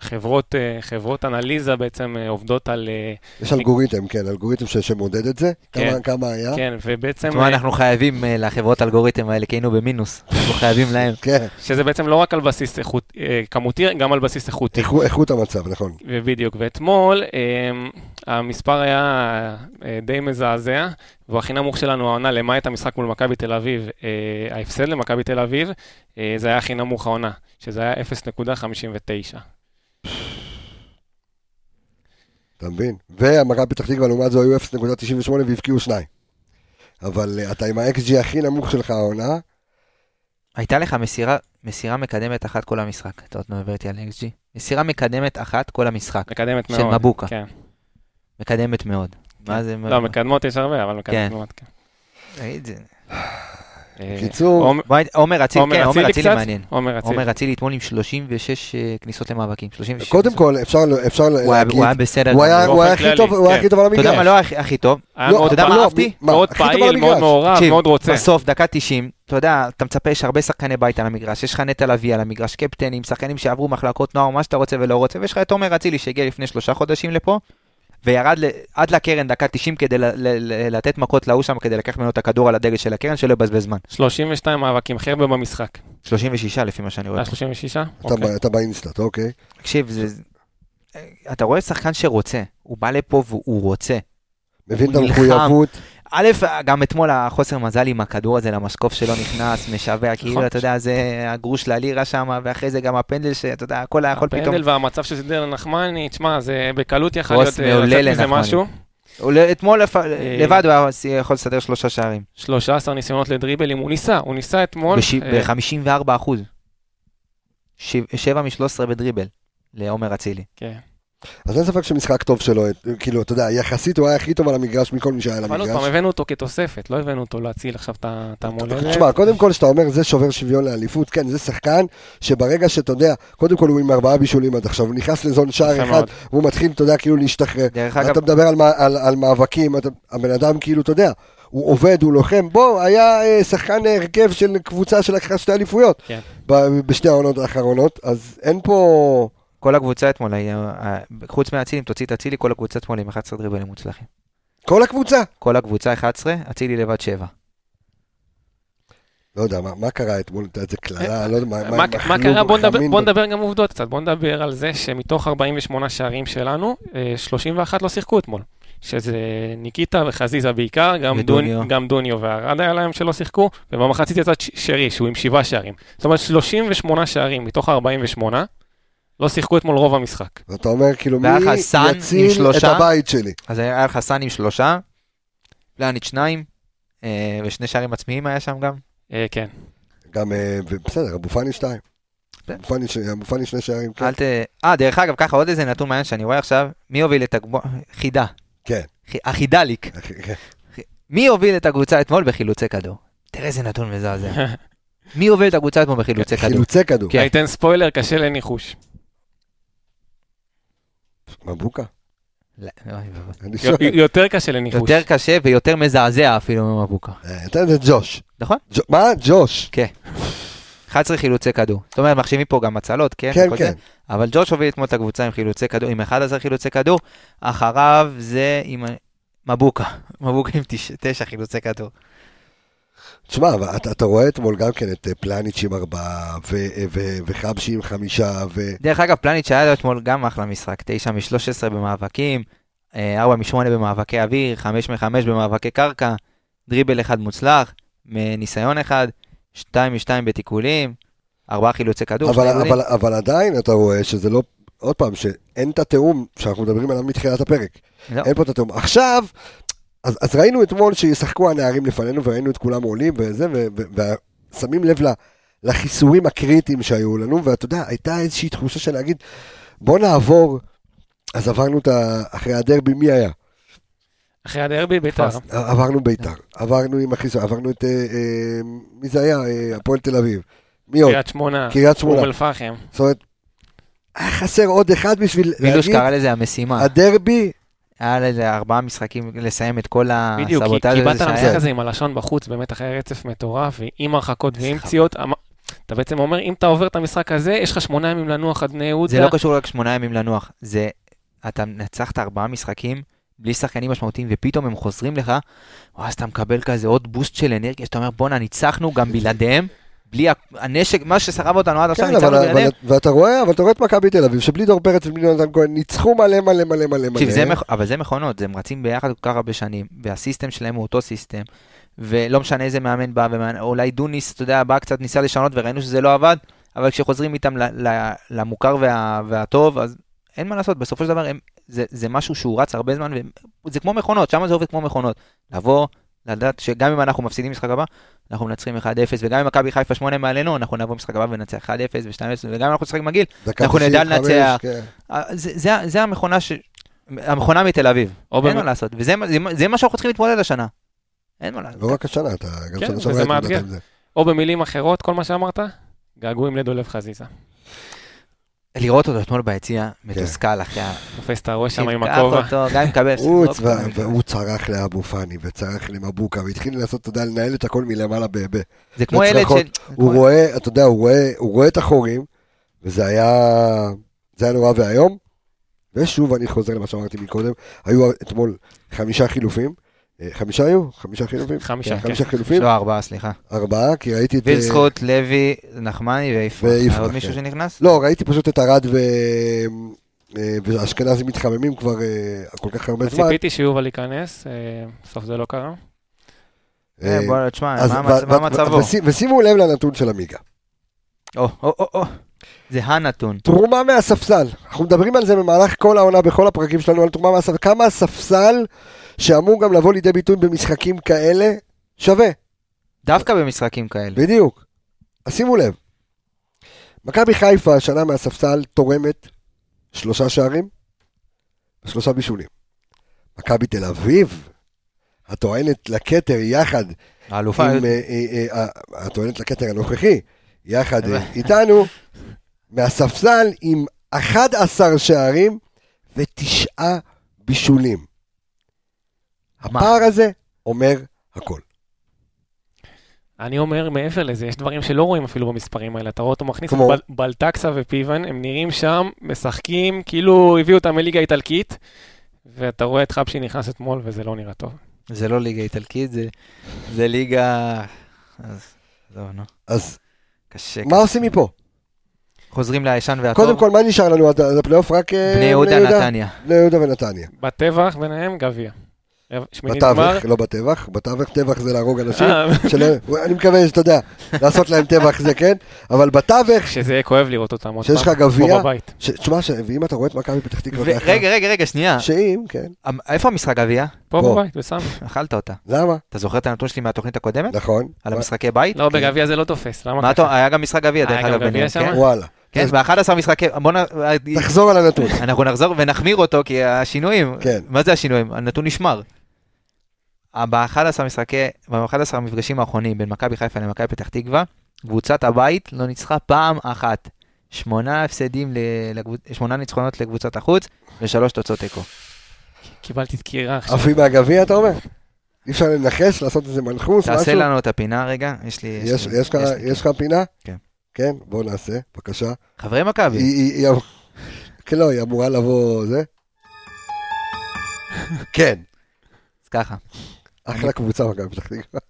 S2: חברות, אה, חברות אנליזה בעצם אה, עובדות על... אה,
S1: יש אלגוריתם, כן, אלגוריתם ש- שמודד את זה.
S2: כן.
S1: כמה- כמה היה?
S2: כן, ובעצם...
S5: תשמע,
S2: אה,
S5: אנחנו חייבים אה, לחברות אלגוריתם האלה, כי היינו במינוס. אנחנו חייבים להם.
S1: כן,
S2: שזה בעצם לא רק על בסיס איכות, אה, כמותי, גם על בסיס איכותי.
S1: איכו- איכות המצב, נכון.
S2: ובדיוק, ואתמול אמ, המספר היה אה, די מזעזע, והוא הכי נמוך שלנו העונה, למעט המשחק מול מכבי תל אביב, אה, ההפסד למכבי תל אביב, אה, זה היה הכי נמוך העונה, שזה היה 0.59.
S1: אתה מבין? והמכבי פתח תקווה לעומת זה היו 0.98 והבקיעו שניים. אבל אה, אתה עם ה-XG הכי נמוך שלך העונה,
S5: הייתה לך מסירה, מסירה מקדמת אחת כל המשחק. אתה עוד לא עובר איתי על XG. מסירה מקדמת אחת כל המשחק.
S2: מקדמת
S5: של
S2: מאוד.
S5: מבוקה.
S2: כן.
S5: מקדמת מאוד. מה זה...
S2: לא, מקדמות יש הרבה, אבל
S5: כן.
S2: מקדמות, כן.
S5: תגיד, זה-
S2: אה,
S1: בקיצור,
S2: עומר-
S5: בוא, עומר אצילי,
S2: עומר
S5: כן,
S2: אצילי
S5: עומר אצילי
S2: קצת?
S5: מעניין.
S2: עומר אצילי.
S5: עומר אצילי אתמול עם 36 אה, כניסות למאבקים. 36
S1: קודם
S5: כניסות.
S1: כל, אפשר אפשר
S5: הוא היה-
S1: להגיד,
S5: הוא היה בסדר.
S1: הוא היה-
S5: גמור.
S1: הוא היה
S2: באופן
S1: הכי טוב-
S2: כללי,
S1: הוא היה
S2: כן.
S1: הכי טוב על
S5: אתה יודע מה
S1: המגרש.
S5: לא הכי הכי טוב?
S2: היה
S1: לא,
S2: מאוד
S5: אתה יודע
S2: פעיל,
S5: מה
S1: לא,
S5: אהבתי?
S1: מי- מה,
S2: מאוד
S1: הכי טוב על
S2: פעיל, מאוד
S1: המגרש.
S2: מעורב,
S5: תקשיב,
S2: אה, מאוד רוצה.
S5: בסוף, דקה 90, אתה יודע, אתה מצפה, יש הרבה שחקני בית על המגרש, יש לך נטע לביא על המגרש, קפטנים, שחקנים שעברו מחלקות נוער, מה שאתה רוצה ולא רוצה, ויש לך את עומר אצילי שהגיע לפני שלושה חודשים לפה, וירד ל- עד לקרן דקה 90 כדי ל- ל- ל- לתת מכות להוא שם, כדי לקחת ממנו את הכדור על הדגל של הקרן, שלא יבזבז זמן.
S2: 32 מאבקים, חרבה במשחק.
S5: 36 לפי מה שאני רואה.
S2: היה 36?
S1: אתה
S2: אוקיי.
S1: ב- אתה באינסטאט, אוקיי.
S5: תקשיב, זה... אה, אתה רואה שחקן שרוצה, הוא בא לפה והוא רוצה.
S1: מבין את
S5: הוא נלחם.
S1: המחויבות.
S5: א', גם אתמול החוסר מזל עם הכדור הזה למשקוף שלא נכנס,
S2: נכון.
S5: משווע, כאילו, אתה יודע, זה הגרוש ללירה שם, ואחרי זה גם הפנדל, שאתה יודע, הכל היה יכול פתאום...
S2: הפנדל והמצב שסידר לנחמני, תשמע, זה בקלות יכל
S5: קרוס
S2: להיות אה,
S5: מעולה
S2: לצאת מזה
S5: לנחמני.
S2: משהו.
S5: הוא ל- אתמול לפ-
S2: אה,
S5: לבד הוא היה יכול לסדר שלושה שערים.
S2: 13 ניסיונות לדריבלים, הוא ניסה, הוא ניסה אתמול. אה,
S5: ב-54 אחוז. 7 מ-13 בדריבל, לעומר אצילי.
S2: כן.
S1: אז אין ספק שמשחק טוב שלו, את- כאילו, אתה יודע, יחסית הוא היה הכי טוב על המגרש מכל מי שהיה על
S2: אבל עוד
S1: המגרש.
S2: פעם, הבאנו אותו כתוספת, לא הבאנו אותו להציל עכשיו את ה- את המולדת.
S1: תשמע, קודם כל, שאתה אומר, זה שובר שוויון לאליפות, כן, זה שחקן שברגע שאתה יודע, קודם כל הוא עם ארבעה בישולים עד עכשיו, הוא נכנס לזון שער
S2: יפה
S1: אחד,
S2: מאוד.
S1: והוא מתחיל, אתה יודע, כאילו להשתחרר.
S5: דרך אגב,
S1: אתה מדבר על מה- על- על מאבקים, אתה- הבן אדם כאילו, אתה יודע, הוא עובד, הוא לוחם, בוא, היה אה, שחקן הרכב של קבוצה שלקחה שתי אליפויות
S2: כן.
S1: ב- בשתי העונות האחרונות, אז אין פה...
S5: כל הקבוצה אתמול, היה- אה, חוץ מהאצילי, אם תוציא את אצילי, כל הקבוצה אתמול עם 11 דריבלים מוצלחים.
S1: כל הקבוצה?
S5: כל הקבוצה 11, אצילי לבד 7. לא
S1: לא יודע, מה- מה קרה אתמול? אתה יודע, זה קללה,
S2: אה,
S1: לא יודע, מה-
S2: מה מה
S1: חמין-
S2: קרה? בוא נדבר-
S1: חמין-
S2: בוא נדבר גם עובדות קצת. בוא נדבר על זה שמתוך 48 שערים שלנו, אה, 31 לא שיחקו אתמול. שזה ניקיטה וחזיזה בעיקר, גם
S5: ודוניו.
S2: דוניו- גם דוניו והרד היה להם שלא שיחקו, ובמחצית יצא ש- שרי, שהוא עם שבעה שערים. זאת אומרת, 38 שערים מתוך 48 לא שיחקו אתמול רוב המשחק.
S1: אתה אומר, כאילו, מי
S5: והיה לך סאן עם
S1: יציל את
S5: שלושה?
S1: הבית שלי?
S5: אז היה לך סאן עם שלושה, פלניץ' שניים, אה, ושני שערים עצמיים היה שם גם.
S2: אה, כן.
S1: גם, אה, בסדר, אבו פאני שתיים.
S5: כן.
S1: אבו פאני ש- אבו פאני שני שערים, כן.
S5: אל ת... אה, דרך אגב, ככה עוד איזה נתון מעניין שאני רואה עכשיו, מי הוביל את הגבוה? חידה.
S1: כן.
S5: חי- החידליק. מי הוביל את הקבוצה אתמול בחילוצי כדור? תראה איזה נתון מזעזע. מי הוביל את הקבוצה אתמול בחילוצי כדור?
S1: חילוצי כדור.
S5: כן.
S2: אני אתן ספוילר קשה לניחוש.
S1: מבוקה.
S5: לא, אוי ואבוי.
S1: אני שואל.
S2: י- יותר קשה לניחוש.
S5: יותר קשה ויותר מזעזע אפילו ממבוקה.
S1: אה, אתה יודע, ג'וש.
S5: נכון?
S1: ג'- מה? ג'וש.
S5: 11 חילוצי כדור. זאת אומרת, מחשיבים פה גם הצלות, כן?
S1: כן,
S5: וכל זה.
S1: כן.
S5: אבל ג'וש הוביל אתמול את הקבוצה עם חילוצי כדור, עם 11 חילוצי כדור, אחריו זה עם מבוקה, מבוקה עם 9 חילוצי כדור.
S1: תשמע, אבל אתה- אתה רואה אתמול גם כן את אה, פלניץ' עם ארבעה, ו- אה, ו- וחבשי עם חמישה, ו...
S5: דרך אגב, פלניץ' היה לו אתמול גם אחלה משחק, 9 מ-13 במאבקים, 4 מ-8 במאבקי אוויר, 5 מ-5 במאבקי קרקע, דריבל אחד מוצלח, מ- ניסיון אחד, 2 מ-2 בתיקולים, 4 חילוצי כדור,
S1: אבל,
S5: שני עיבודים.
S1: אבל, אבל עדיין אתה רואה שזה לא, עוד פעם, שאין את התיאום שאנחנו מדברים עליו מתחילת הפרק.
S5: לא.
S1: אין פה את התיאום. עכשיו, אז, אז ראינו אתמול שישחקו הנערים לפנינו, וראינו את כולם עולים וזה, ו- ו- ושמים לב ל- לחיסורים הקריטיים שהיו לנו, ואתה יודע, הייתה איזושהי תחושה של להגיד, בוא נעבור, אז עברנו את ה... אחרי הדרבי, מי היה?
S2: אחרי הדרבי ביתר.
S5: פאסט.
S1: עברנו ביתר, עברנו עם החיסון, עברנו את, אה, אה, מי זה היה? אה, הפועל תל אביב. מי עוד?
S2: קריית שמונה.
S1: קריית שמונה.
S2: אום אל-פחם.
S1: זאת אומרת, היה חסר עוד אחד בשביל
S5: מילוש
S1: להגיד,
S5: קרא לזה המשימה,
S1: הדרבי,
S5: היה לזה ארבעה משחקים לסיים את כל
S2: בדיוק, כי-
S5: הסבוטאז'
S2: כי באת
S5: הזה
S2: למשחק
S5: שהיה.
S2: הזה עם הלשון בחוץ, באמת אחרי רצף מטורף, ועם הרחקות ועם
S5: סליחה.
S2: פציעות. אמר- אתה בעצם אומר, אם אתה עובר את המשחק הזה, יש לך שמונה ימים לנוח עד בני יהודה.
S5: זה לא קשור רק שמונה ימים לנוח, זה אתה מנצחת ארבעה משחקים בלי שחקנים משמעותיים ופתאום הם חוזרים לך, ואז אתה מקבל כזה עוד בוסט של אנרגיה, שאתה אומר בואנה ניצחנו גם בלעדיהם, בלי ה- הנשק, מה שסחב אותנו עד עכשיו
S1: כן,
S5: ניצחנו
S1: אבל, אבל,
S5: בלעדיהם.
S1: ואתה רואה, אבל אתה רואה את מכבי תל אביב, שבלי דור פרץ ובלי יונתן כהן ניצחו מלא מלא מלא מלא מלא.
S5: תקשיב, זה מכ- אבל זה מכונות, הם רצים ביחד כל כך הרבה שנים, והסיסטם שלהם הוא אותו סיסטם, ולא משנה איזה מאמן בא, ומאמן- אולי דוניס, אתה יודע, בא קצת, ניסה לשנות וראינו שזה לא עבד, אבל כשחוזרים איתם ל- ל- למוכר וה- והטוב, אז אין מה לעשות, בסופו של דבר הם, זה, זה משהו שהוא רץ הרבה זמן, וזה כמו מכונות, שם זה עובד כמו מכונות. לבוא, לדעת שגם אם אנחנו מפסידים משחק הבא, אנחנו מנצחים 1-0, וגם אם מכבי חיפה 8 מעלינו, אנחנו נבוא משחק הבא וננצח 1-0 ו-2-0, וגם אם אנחנו נשחק מגעיל,
S1: דקה
S5: אנחנו נדע
S1: 95,
S5: לנצח.
S1: כן.
S5: אה, זה, זה, ה- זה המכונה, ש... המכונה מתל אביב,
S2: או
S5: אין מה
S2: במ-
S5: לעשות, וזה מה- זה מה- זה מה שאנחנו צריכים להתמודד השנה. אין מה לעשות.
S1: לא רק השנה, אתה גם
S2: כן,
S1: שנה שעברה
S2: וזה
S1: התמודדת
S2: מאתגר.
S1: עם זה.
S2: או במילים אחרות, כל מה שאמרת, געגועים לדולב חזיזה.
S5: לראות אותו אתמול ביציע,
S1: כן.
S5: מתוסכל אחרי ה...
S2: תופס את הראש שם עם
S5: שיתקח
S2: הכובע.
S5: אותו, גם אם מקבל...
S1: הוא
S5: לא
S1: צבא-
S5: מקבל.
S1: והוא צרח לאבו פאני וצרח למבוקה והתחיל לנסות, אתה יודע, לנהל את הכל מלמעלה. ב- ב-
S5: זה כמו ילד
S1: לצרחות.
S5: ש...
S1: הוא רואה, אתה יודע, הוא רואה- הוא רואה את החורים, וזה היה זה היה נורא ואיום. ושוב, אני חוזר למה שאמרתי מקודם, היו אתמול חמישה חילופים. אה, חמישה היו? חמישה חילופים?
S2: חמישה, כן.
S1: חמישה חילופים?
S5: לא, ארבעה, סליחה.
S1: ארבעה, כי ראיתי את... אה,
S5: וילסקוט, לוי, נחמני ויפרח.
S1: ויפרח,
S5: היה עוד מישהו
S1: כן.
S5: שנכנס?
S1: לא, ראיתי פשוט את ארד ו... אה, ואשכנזי מתחממים כבר אה, כל כך הרבה זמן.
S2: ציפיתי שיובל ייכנס, אה, בסוף זה לא קרה.
S5: אה,
S1: אה,
S5: בוא, תשמע,
S1: אז
S5: מה
S1: ו-
S5: המצב-
S1: ו-
S5: מה
S1: ו-
S5: מצבו?
S1: ושימ- ושימו לב לנתון של עמיגה.
S5: או, או, או, או. זה הנתון.
S1: תרומה מהספסל. אנחנו מדברים על זה במהלך כל העונה, בכל הפרקים שלנו, על תרומה מהספסל. כמה הספסל שאמור גם לבוא לידי ביטוי במשחקים כאלה, שווה,
S5: דווקא במשחקים כאלה.
S1: בדיוק. אז שימו לב. מכבי חיפה השנה מהספסל תורמת שלושה שערים ושלושה בישולים. מכבי תל אביב, הטוענת לכתר יחד
S5: האלופה...
S1: עם אה, אה, אה, אה, הטוענת לכתר הנוכחי, יחד אה, איתנו, מהספסל עם 11 שערים ותשעה בישולים.
S5: מה?
S1: הפער הזה אומר הכל.
S2: אני אומר, מעבר לזה, יש דברים שלא רואים אפילו במספרים האלה. אתה רואה אותו מכניס את
S1: כמו?
S2: בל- בלטקסה ופיבן, הם נראים שם, משחקים, כאילו הביאו אותם מליגה איטלקית, ואתה רואה את חבשי נכנס אתמול, וזה לא נראה טוב.
S5: זה לא ליגה איטלקית, זה- זה ליגה... אז... לא, נו.
S1: אז
S5: קשה.
S1: מה עושים מפה?
S5: חוזרים לישן והטוב.
S1: קודם כל, מה נשאר לנו עד עד הפלייאוף? רק אה,
S5: בני יהודה, נתניה.
S1: בני יהודה ונתניה.
S2: בטבח ביניהם גביע. שמינית גמר.
S1: בתווך, לא בטבח. בתווך, טבח זה להרוג אנשים.
S2: אה,
S1: שלא- אני מקווה שאתה יודע, לעשות להם טבח זה כן, אבל בתווך,
S2: שזה יהיה כואב לראות אותם עוד פעם.
S1: שיש לך גביע,
S2: פה בבית.
S1: ש- תשמע, ש- ואם אתה רואה את מכבי פתח תקווה ככה,
S5: רגע, רגע, רגע, שנייה.
S1: שאם, כן.
S5: אמ- איפה המשחק גביע?
S2: פה
S1: פה.
S2: בבית, בסמי.
S5: אכלת אותה.
S1: למה?
S5: אתה זוכר את הנתון שלי מהתוכנית הקודמת?
S1: נכון.
S5: על המשחקי בית?
S2: לא, בגביע זה לא תופס. למה
S5: מה
S2: ככה?
S5: אתה... היה גם משחק גביע, דרך
S2: היה גם
S5: אגב,
S2: גביע
S5: ביניהם.
S2: שם?
S5: כן?
S1: וואלה.
S5: כן,
S1: אז
S5: ב-11 משחקי... בוא נ... אה,
S1: תחזור על הנתון.
S5: אנחנו נחזור ונחמיר אותו, כי השינויים...
S1: כן.
S5: מה זה השינויים? הנתון נשמר. ב-11 משחקי... ב-11 המפגשים האחרונים בין מכבי חיפה למכבי פתח תקווה, קבוצת הבית לא ניצחה פעם אחת. שמונה הפסדים, ל- לקבוצ- שמונה ניצחונות לקבוצת החוץ ושלוש תוצאות תיקו.
S2: קיבלתי דקירה עכשיו.
S1: עפים מהגביע, אתה אומר? אי אפשר לנחש, לעשות איזה מנחוס, משהו?
S5: תעשה לנו את הפינה רגע, יש לי...
S1: יש-
S5: לי-
S1: יש לך-
S5: לי,
S1: יש
S5: כן.
S1: לך פינה?
S5: כן.
S1: כן? בוא נעשה, בבקשה.
S5: חברי מכבי.
S1: היא- היא- היא אמ- כן, לא, היא אמורה לבוא זה. כן.
S5: אז ככה,
S1: אחלה קבוצה מכבי פתח תקווה.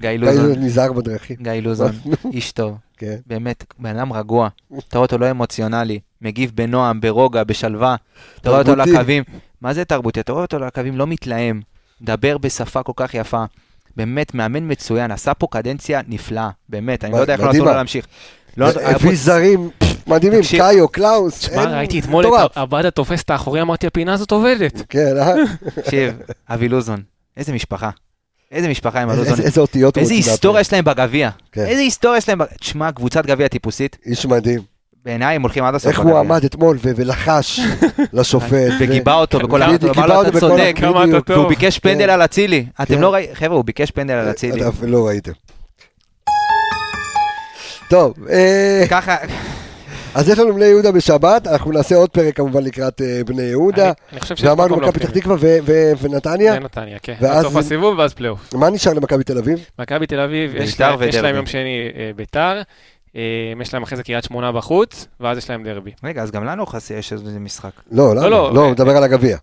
S5: גיא לוזון,
S1: אתה נזהר בדרכים.
S5: גיא לוזון, איש טוב,
S1: כן.
S5: באמת, בן אדם רגוע, אתה רואה אותו לא אמוציונלי, מגיב בנועם, ברוגע, בשלווה, אתה רואה אותו על
S1: תרבותי.
S5: הקווים, מה זה תרבותי? אתה רואה אותו על הקווים לא מתלהם, מדבר בשפה כל כך יפה, באמת, מאמן מצוין, עשה פה קדנציה נפלאה, באמת, אני לא יודע איך לא נתנו
S1: מדהימה.
S5: לו להמשיך. לא, היה פה-
S1: הביא זרים פפ, מדהימים,
S5: תקשיב.
S1: קאיו, קלאוס.
S2: שמע,
S1: אין-
S2: ראיתי אתמול
S1: מטורף.
S2: את עבדה תופס את האחורי, אמרתי, הפינה הזאת עובדת.
S1: כן, אה?
S5: תקשיב, אבי לוזון, איזה משפחה, איזה משפחה עם
S1: איזה-
S5: הלוזון,
S1: איזה- איזה אותיות הוא
S5: איזה
S1: מוציא
S5: היסטוריה
S1: מהפה.
S5: יש להם בגביע,
S1: כן.
S5: איזה היסטוריה יש להם, בג- תשמע, קבוצת גביע טיפוסית,
S1: איש מדהים.
S5: בעיניי הם הולכים עד הסוף
S1: איך
S5: בגביע.
S1: הוא עמד אתמול ו- ולחש לשופט. ו- כן,
S5: וגיבה אותו בכל
S1: בדיוק,
S5: העם, הוא אמר
S1: גיבה
S5: לו
S1: אותו
S5: אתה
S1: בכל
S5: צודק,
S1: העם,
S2: כמה אתה
S1: בדיוק.
S5: והוא
S2: טוב.
S5: ביקש פנדל על אצילי. אתם
S1: כן.
S5: לא ראיתם, חבר'ה, הוא ביקש פנדל על אצילי.
S1: אתה אפילו לא ראיתם. טוב, אה,
S5: ככה,
S1: אז יש לנו בני יהודה בשבת, אנחנו נעשה עוד פרק כמובן לקראת אה, בני יהודה,
S2: אני- אני חושב שיש
S1: ואמרנו
S2: מקום
S1: מכבי פתח
S2: לאופטימי.
S1: תקווה ו- ו- ונתניה,
S2: נתניה, כן.
S1: ואז-
S2: בסוף הסיבוב ואז פלייאוף.
S1: מה נשאר למכבי תל אביב?
S2: מכבי תל אביב, יש
S5: בית"ר
S2: להם- יש
S5: ודרבי.
S2: להם יום שני אה, ביתר, אה, יש להם אחרי זה קריית שמונה בחוץ, ואז יש להם דרבי.
S5: רגע, אז גם לנו חסר יש איזה משחק.
S1: לא, למה?
S2: לא,
S1: לא,
S2: אה,
S1: הוא מדבר על הגביע.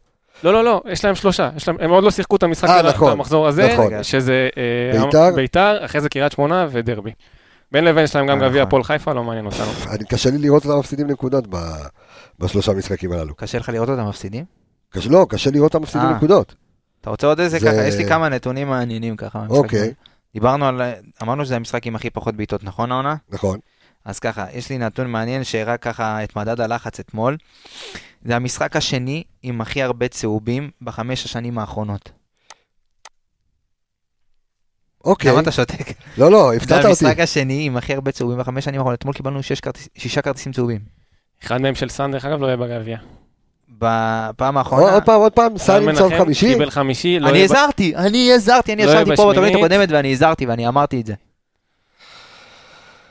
S2: לא, לא, לא, יש להם שלושה. יש להם- הם עוד לא שיחקו את המשחק
S1: אה,
S2: של ה-
S1: נכון,
S2: המחזור הזה,
S1: נכון.
S2: שזה אה,
S1: ביתר.
S2: ביתר, אחרי זה קריית שמונה ודרבי. בין לבין יש להם גם
S5: אה,
S2: גביע
S5: נכון.
S2: הפועל חיפה, לא מעניין אותנו.
S1: אני קשה לי לראות אותם מפסידים נקודות ב- בשלושה משחקים הללו.
S5: קשה לך לראות אותם מפסידים?
S1: קשה- לא, קשה לראות אותם מפסידים
S5: אה.
S1: נקודות.
S5: אתה רוצה עוד איזה
S1: זה-
S5: ככה? יש לי כמה נתונים מעניינים ככה. מהמשחק
S1: אוקיי.
S5: הזה. דיברנו על, אמרנו שזה המשחק עם הכי פחות בעיטות, נכון העונה?
S1: נכון.
S5: אז ככה, יש לי נתון מעניין שהראה ככה את מדד הלחץ אתמול. זה המשחק השני עם הכי הרבה צהובים בחמש השנים האחרונות.
S1: אוקיי.
S5: למה אתה שותק?
S1: לא, לא,
S5: זה
S1: הפתעת
S5: המשחק
S1: אותי.
S5: השני עם הכי הרבה צהובים בחמש שנים האחרונות. אתמול קיבלנו שש כרטיס- שישה כרטיסים צהובים.
S2: אחד מהם של סאן, דרך אגב, לא יהיה בגביע.
S5: בפעם האחרונה...
S1: עוד פעם, עוד פעם, סל עם צהוב
S2: מנחם
S1: חמישי.
S2: קיבל חמישי, לא
S5: אני
S2: יהיה ב-
S5: הזהרתי, אני הזהרתי, אני
S2: לא יהיה
S5: ישבתי פה בתוכנית
S2: בשמינית.
S5: הקודמת ואני הזהרתי ואני אמרתי את זה.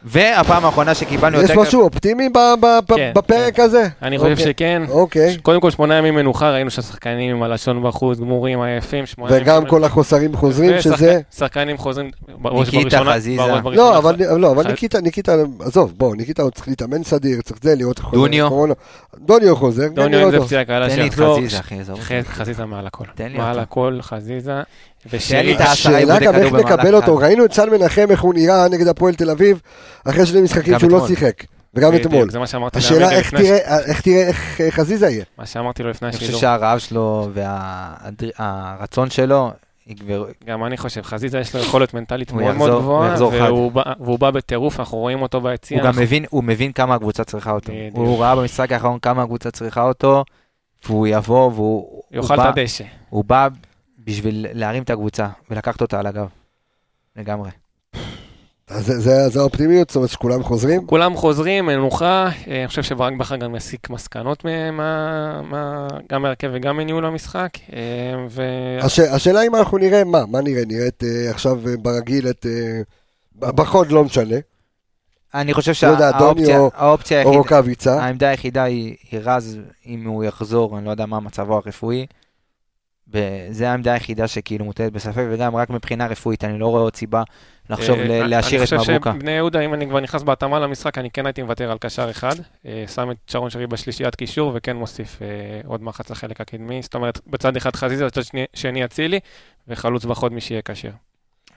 S5: והפעם האחרונה שקיבלנו
S1: יש
S5: יותר...
S1: משהו אופטימי ב- ב- ב-
S2: כן,
S1: בפרק הזה?
S2: אני חושב
S1: אוקיי.
S2: שכן.
S1: אוקיי.
S2: קודם כל שמונה ימים מנוחה, ראינו שהשחקנים עם הלשון בחוץ, גמורים, עייפים, שמונה ימים...
S1: וגם כל החוסרים חוזרים,
S2: ושחק-
S1: שזה...
S2: שחקנים חוזרים בראש
S5: ניקיטה,
S2: ובראשונה.
S5: חזיזה.
S2: בראש ובראשונה.
S1: לא, אבל לא, אבל
S2: חי-
S1: ניקיטה, ניקיטה, עזוב, בוא, ניקיטה עוד צריך להתאמן סדיר, צריך זה, לראות איך חוזר.
S5: דוניו.
S1: קורונה. דוניו חוזר, גם
S2: דוניו
S1: נראה
S2: אם זה
S1: אותו.
S2: פציעה קלה
S5: תן לי את
S2: לא, שיחזור.
S5: חזיזה, אחי, עזוב. אותי.
S2: ח- חזיזה מעל הכל.
S5: תן לי
S2: מעל
S5: אותו.
S2: הכל, חזיזה.
S5: תן לי
S2: ושרי.
S5: את העשרה
S1: השאלה
S5: עיבודי
S1: גם איך
S5: כדור במהלך
S1: נקבל אותו,
S5: אחד.
S1: ראינו את סל מנחם איך הוא נראה נגד הפועל תל אביב, אחרי שני משחקים
S5: גם
S1: שהוא לא
S5: אתמול.
S1: שיחק, וגם
S2: בדיוק,
S1: אתמול.
S2: זה מה שאמרתי
S1: השאלה
S2: לעמית
S1: איך
S2: לפני-
S1: תראה, איך תראה, איך אה, חזיזה יהיה.
S2: מה שאמרתי לו לפני
S5: אני חושב
S2: השידור.
S5: שהרעב שלו והרצון שלו יגברו...
S2: גם אני חושב, חזיזה יש לו יכולת מנטלית
S5: הוא
S2: מאוד
S5: יחזור,
S2: מאוד
S5: הוא
S2: גבוהה,
S5: יחזור חד.
S2: והוא בא- והוא בא בטירוף, אנחנו רואים אותו ביציע.
S5: הוא גם
S2: אנחנו-
S5: מבין, הוא מבין כמה הקבוצה צריכה אותו.
S2: בדיוק.
S5: הוא ראה במשחק האחרון כמה הקבוצה צריכה אותו, והוא יבוא והוא... הוא
S2: יאכל את
S5: בא-
S2: הדשא.
S5: הוא בא בשביל להרים את הקבוצה ולקחת אותה על הגב. לגמרי.
S1: אז זה- זה- זה האופטימיות, זאת אומרת שכולם חוזרים.
S2: כולם חוזרים, מנוחה, אה, אני חושב שברק בכר גם יסיק מסקנות מה- מה- מה- גם מהרכב וגם מניהול המשחק. אה, ו...
S5: כן.
S1: הש- השאלה אם אנחנו נראה, מה, מה נראה? נראית אה, עכשיו אה, ברגיל את... אה, ב- בחוד לא משנה,
S5: אני חושב
S1: לא יודע, דוני
S5: שהאופציה
S1: או-
S5: האופציה
S1: או
S5: היחידה...
S1: רוקאביצה.
S5: העמדה היחידה היא, היא רז, אם הוא יחזור, אני לא יודע מה מצבו הרפואי. וזו העמדה היחידה שכאילו מוטלת בספק, וגם רק מבחינה רפואית, אני לא רואה עוד סיבה לחשוב
S2: אה,
S5: ל-
S2: אני-
S5: להשאיר את
S2: אני
S5: מבוקה.
S2: חושב שבני יהודה, אם אני כבר נכנס בהתאמה למשחק, אני כן הייתי מוותר על קשר אחד. אה, שם את שרון שרי בשלישיית קישור, וכן מוסיף אה, עוד מחץ לחלק הקדמי. זאת אומרת, בצד אחד חזיזה, בצד שני- שני אצילי, וחלוץ בחוד מי שיהיה קשר.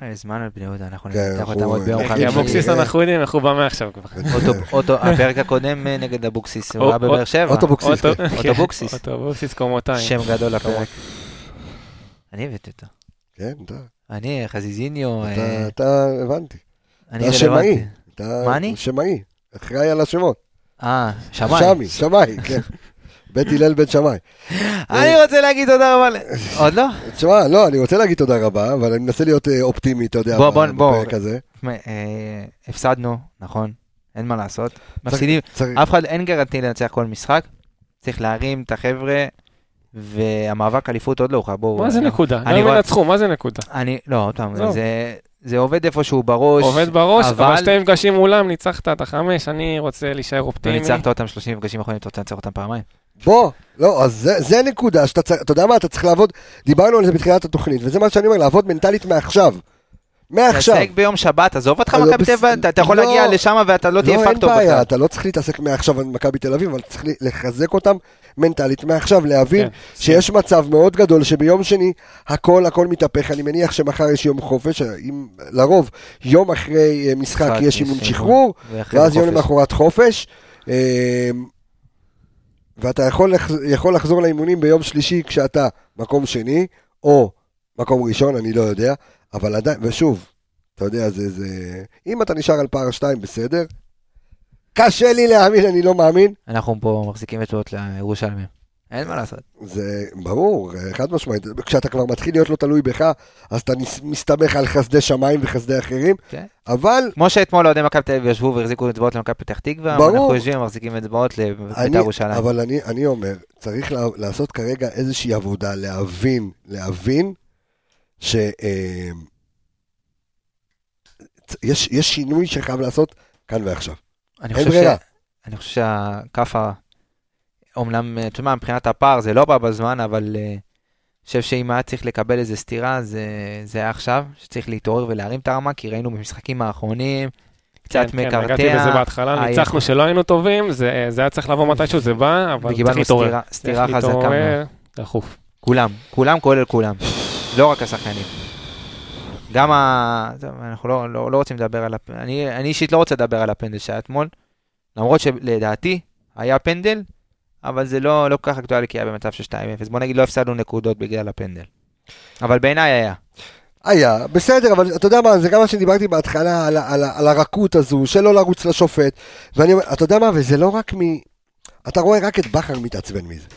S5: אה, זמן על בני יהודה, אנחנו
S1: כן,
S5: נפתח אותם
S1: אנחנו-
S5: עוד ביום
S1: אה,
S2: כי
S1: חמישי.
S2: אבוקסיס
S5: חמישי.
S1: אה,
S2: אנחנו יודעים איך הוא בא מעכשיו כבר.
S5: אוטו- אוטו- הפרק הקודם אה, נגד אבוקסיס, הוא
S2: או-
S5: היה בבאר
S2: או-
S5: שבע.
S1: אוטובוקסיס.
S2: אוטו- כן,
S5: אוטובוקסיס.
S2: אוטובוקסיס קומותיים.
S5: שם גדול לפרק. אני הבאתי אותו.
S1: כן, אתה-
S5: אני, חזיזיניו,
S1: אתה-
S5: אה,
S1: אתה, הבנתי.
S5: אני
S1: אתה שמאי.
S5: רלוונטי.
S1: אתה
S5: מה אני?
S1: שמאי, אחראי על השמות.
S5: אה, שמאי.
S1: שמאי, שמאי, כן. בית הלל בן שמאי. אה.
S5: אני רוצה להגיד תודה רבה. ל- עוד לא?
S1: תשמע, לא, אני רוצה להגיד תודה רבה, אבל אני מנסה להיות אה, אופטימי, אתה יודע,
S5: בוא, בוא, בוא.
S1: בפרק הזה.
S5: תשמע, אה, הפסדנו, נכון, אין מה לעשות. מפסידים,
S1: צריך-
S5: אף אחד, אין גרנטי לנצח כל משחק. צריך להרים את החבר'ה, והמאבק אליפות עוד לא הוכרע, בואו.
S2: מה זה נקודה? גם
S5: אני
S2: אם
S5: רואה-
S2: ינצחו, מה זה נקודה?
S5: אני, לא, עוד פעם,
S2: לא.
S5: זה- זה עובד איפשהו בראש.
S2: עובד בראש, אבל
S5: אבל
S2: שתי מפגשים מולם, ניצחת את החמש, אני רוצה להישאר
S5: לא
S2: אופטימי.
S5: ניצחת אותם 30 מפגשים אחרונים, אתה רוצה לנצח אותם פעמיים.
S1: בוא, לא, אז זה- זה נקודה שאתה צריך, אתה יודע מה, אתה צריך לעבוד, דיברנו על זה בתחילת התוכנית, וזה מה שאני אומר, לעבוד מנטלית מעכשיו. מעכשיו.
S5: תעסק ביום שבת, עזוב אותך
S1: לא,
S5: מכבי
S1: בס-
S5: תל אביב, אתה- אתה יכול
S1: לא.
S5: להגיע לשם ואתה לא תהיה
S1: לא, אין
S5: פקטור בכלל.
S1: בעיה, אתה לא צריך להתעסק מעכשיו על מכבי תל אביב, אבל צריך לחזק אותם מנטלית מעכשיו, להבין
S2: כן.
S1: שיש מצב מאוד גדול שביום שני הכל הכל מתהפך, אני מניח שמחר יש יום חופש, אה, אם לרוב יום אחרי אה, משחק
S5: משחק,
S1: יש אימון
S5: יש
S1: שחרור,
S5: ואחרי
S1: ואז יום
S5: חופש.
S1: למחרת חופש, אה, ואתה יכול, לח- יכול לחזור לאימונים ביום שלישי כשאתה מקום שני, או מקום ראשון, אני לא יודע, אבל עדיין, ושוב, אתה יודע, זה, זה... אם אתה נשאר על פער שתיים, בסדר. קשה לי להאמין, אני לא מאמין.
S5: אנחנו פה מחזיקים אצבעות לירושלמים. אין מה לעשות.
S1: זה ברור, חד משמעית. כשאתה כבר מתחיל להיות לא תלוי בך, אז אתה נס- מסתמך על חסדי שמיים וחסדי אחרים,
S5: כן.
S1: אבל
S5: כמו שאתמול אוהדי מכבי תל אביב ישבו והחזיקו אצבעות למכבי פתח תקווה,
S1: ברור.
S5: אנחנו יושבים ומחזיקים אצבעות
S1: אני,
S5: לבית"ר ירושלים.
S1: אבל אני, אני אומר, צריך לה, לעשות כרגע איזושהי עבודה, להבין, להבין ש... אה, צ- יש, יש שינוי שחייב לעשות כאן ועכשיו.
S5: אני
S1: אין
S5: חושב ש-
S1: ברירה.
S5: אני חושב שהכף ה... אומנם, אה, תשמע, מבחינת הפער זה לא בא בזמן, אבל אה, אני חושב שאם היה צריך לקבל איזה סטירה, זה זה היה עכשיו, שצריך להתעורר ולהרים את הרמה, כי ראינו במשחקים האחרונים, קצת
S2: כן, כן,
S5: מקרטע.
S2: נגעתי בזה בהתחלה,
S5: היה-
S2: ניצחנו שלא היינו טובים, זה זה היה צריך לבוא מתישהו, זה בא, אבל צריך
S5: וקיבלנו
S2: להתעורר.
S5: סטירה- סטירה
S2: צריך
S5: חזקה.
S2: להתעורר,
S5: מאוד.
S2: דחוף.
S5: כולם, כולם כולל כולם. לא רק השחקנים. גם ה... טוב, אנחנו לא, לא, לא רוצים לדבר על הפנדל. אני, אני אישית לא רוצה לדבר על הפנדל שהיה אתמול, למרות שלדעתי היה פנדל, אבל זה לא, לא כל כך אקטואלי כי היה במצב של 2-0. בוא נגיד לא הפסדנו נקודות בגלל הפנדל. אבל בעיניי היה.
S1: היה, בסדר, אבל אתה יודע מה, זה גם מה שדיברתי בהתחלה על, ה- על, ה- על הרכות הזו, שלא לרוץ לשופט, ואני אומר, אתה יודע מה, וזה לא רק מ... אתה רואה רק את בכר מתעצבן מזה.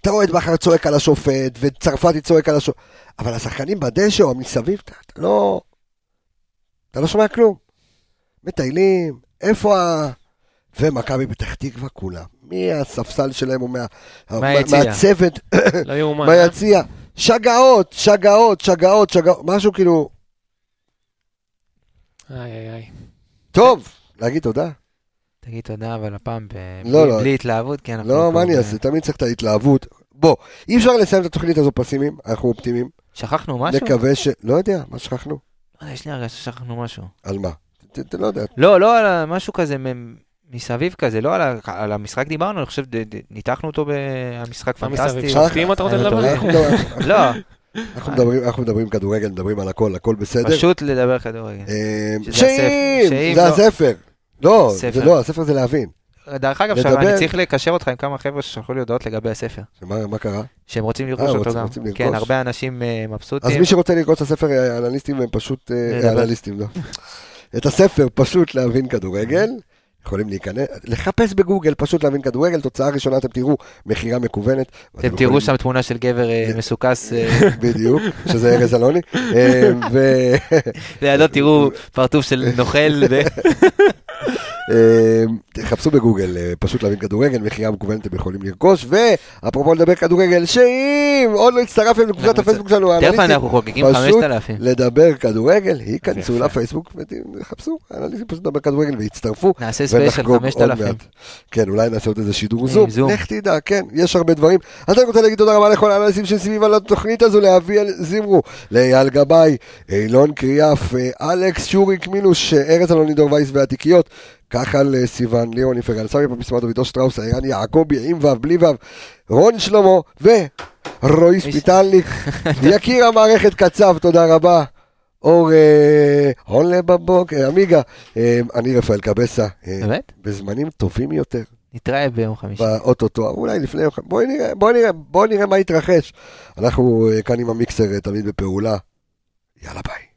S1: אתה רואה את בכר צועק על השופט, וצרפתי צועק על השופט, אבל השחקנים בדשא או מסביב, אתה, אתה לא... אתה לא שומע כלום. מטיילים, איפה ה... ומכבי פתח תקווה כולה. מהספסל שלהם או מה,
S5: מהיציע.
S1: מהצוות,
S2: לא יאומן. אה?
S1: מהיציע. שגעות, שגעות, שגעות, שגעות, משהו כאילו...
S2: איי, איי, איי.
S1: טוב, להגיד תודה.
S5: תגיד תודה, אבל הפעם ב...
S1: לא,
S5: בלי-
S1: לא.
S5: בלי התלהבות, כי אנחנו...
S1: לא,
S5: פה
S1: מה אני
S5: ב-
S1: אעשה? תמיד צריך את ההתלהבות. בוא, אי אפשר לסיים את התוכנית הזו פסימיים, אנחנו אופטימיים.
S5: שכחנו משהו?
S1: נקווה ש... לא יודע, מה שכחנו?
S5: לא, יש לי הרגשה ששכחנו משהו.
S1: על מה? ת- ת- לא יודע.
S5: לא, לא על ה- משהו כזה מ- מסביב כזה, לא על ה- על המשחק דיברנו, אני חושב, ד- ד- ניתחנו אותו במשחק
S2: מה מסביב?
S5: פנטסטי.
S2: שופטים אתה רוצה
S5: אה,
S2: לדבר?
S5: טוב.
S1: אנחנו מדברים-
S5: לא,
S1: אנחנו מדברים- אנחנו מדברים כדורגל, מדברים על הכל, הכל בסדר.
S5: פשוט לדבר כדורגל.
S1: אה,
S5: שזה
S1: שאם,
S5: הספר. שאם
S1: זה
S5: לא-
S1: הספר. לא,
S5: ספר.
S1: זה לא, הספר זה להבין.
S5: דרך אגב,
S1: אה, לדבר.
S5: שמה, אני צריך לקשר אותך עם כמה חבר'ה ששלחו לי הודעות לגבי הספר,
S1: שמה- מה קרה?
S5: שהם רוצים
S1: אה,
S5: לרכוש אותו
S1: רוצים-
S5: גם.
S1: רוצים לרכוש.
S5: כן, הרבה אנשים אה,
S1: אז
S5: מבסוטים.
S1: מי שרוצה לקרוא את הספר, אה, אנליסטים הם פשוט... אה,
S5: נדבר.
S1: אנליסטים, לא. את הספר, פשוט להבין כדורגל. יכולים להיכנס, לחפש בגוגל, פשוט להבין כדורגל, תוצאה ראשונה אתם תראו, מכירה מקוונת.
S5: אתם תראו שם תמונה של גבר אה, מסוכס, אה,
S1: בדיוק, שזה ארז אלוני. אה, ו-
S5: לידו תראו פרצוף של נוכל, ו-
S1: אה, תחפשו בגוגל, אה, פשוט להבין כדורגל, מכירה מקוונת אתם יכולים לרכוש, ואפרופו לדבר כדורגל, שאם עוד לא הצטרפתם לקבוצת
S5: אנחנו
S1: הפייסבוק שלנו,
S5: תכף
S1: האנליסטים,
S5: אנחנו חוגגים
S1: פשוט
S5: 5,000.
S1: לדבר כדורגל, היכנסו
S5: יפה.
S1: לפייסבוק ותחפשו, אנליסטים פשוט לדבר כדורגל והצטרפו.
S5: נעשה ספיישל
S1: ונחגוג עוד
S5: 5,000.
S1: מעט. כן, אולי נעשה עוד איזה שידור
S5: אה,
S1: זום.
S5: זום.
S1: לך תדע, כן, יש הרבה דברים. אז אני רוצה להגיד תודה רבה לכל האנשים שסביב על התוכנית הזו, לאביאל זמרו, לאייל גבאי, אילון קריאף, אה, אלכס שוריק מילוש, אה, ארז אלוני דור וייס והתיקיות. כחל אה, סיוון, ליאון איפר, אלסמי פפיסמדו, עידו שטראוס, ערן יעקבי, עם וו, בלי וו, רון שלמה ורועי ספיטלניק, יקיר המערכת קצב, תודה רבה. אור אה, הולה בבוקר, עמיגה, אה, אני רפאל קבסה. אה,
S5: באמת?
S1: בזמנים טובים יותר,
S5: נתראה ביום חמישי.
S1: באוטוטו, אולי לפני, יום ח- בואי נראה, בואי נראה, בואי נראה מה יתרחש. אנחנו אה, כאן עם המיקסר אה, תמיד בפעולה. יאללה ביי.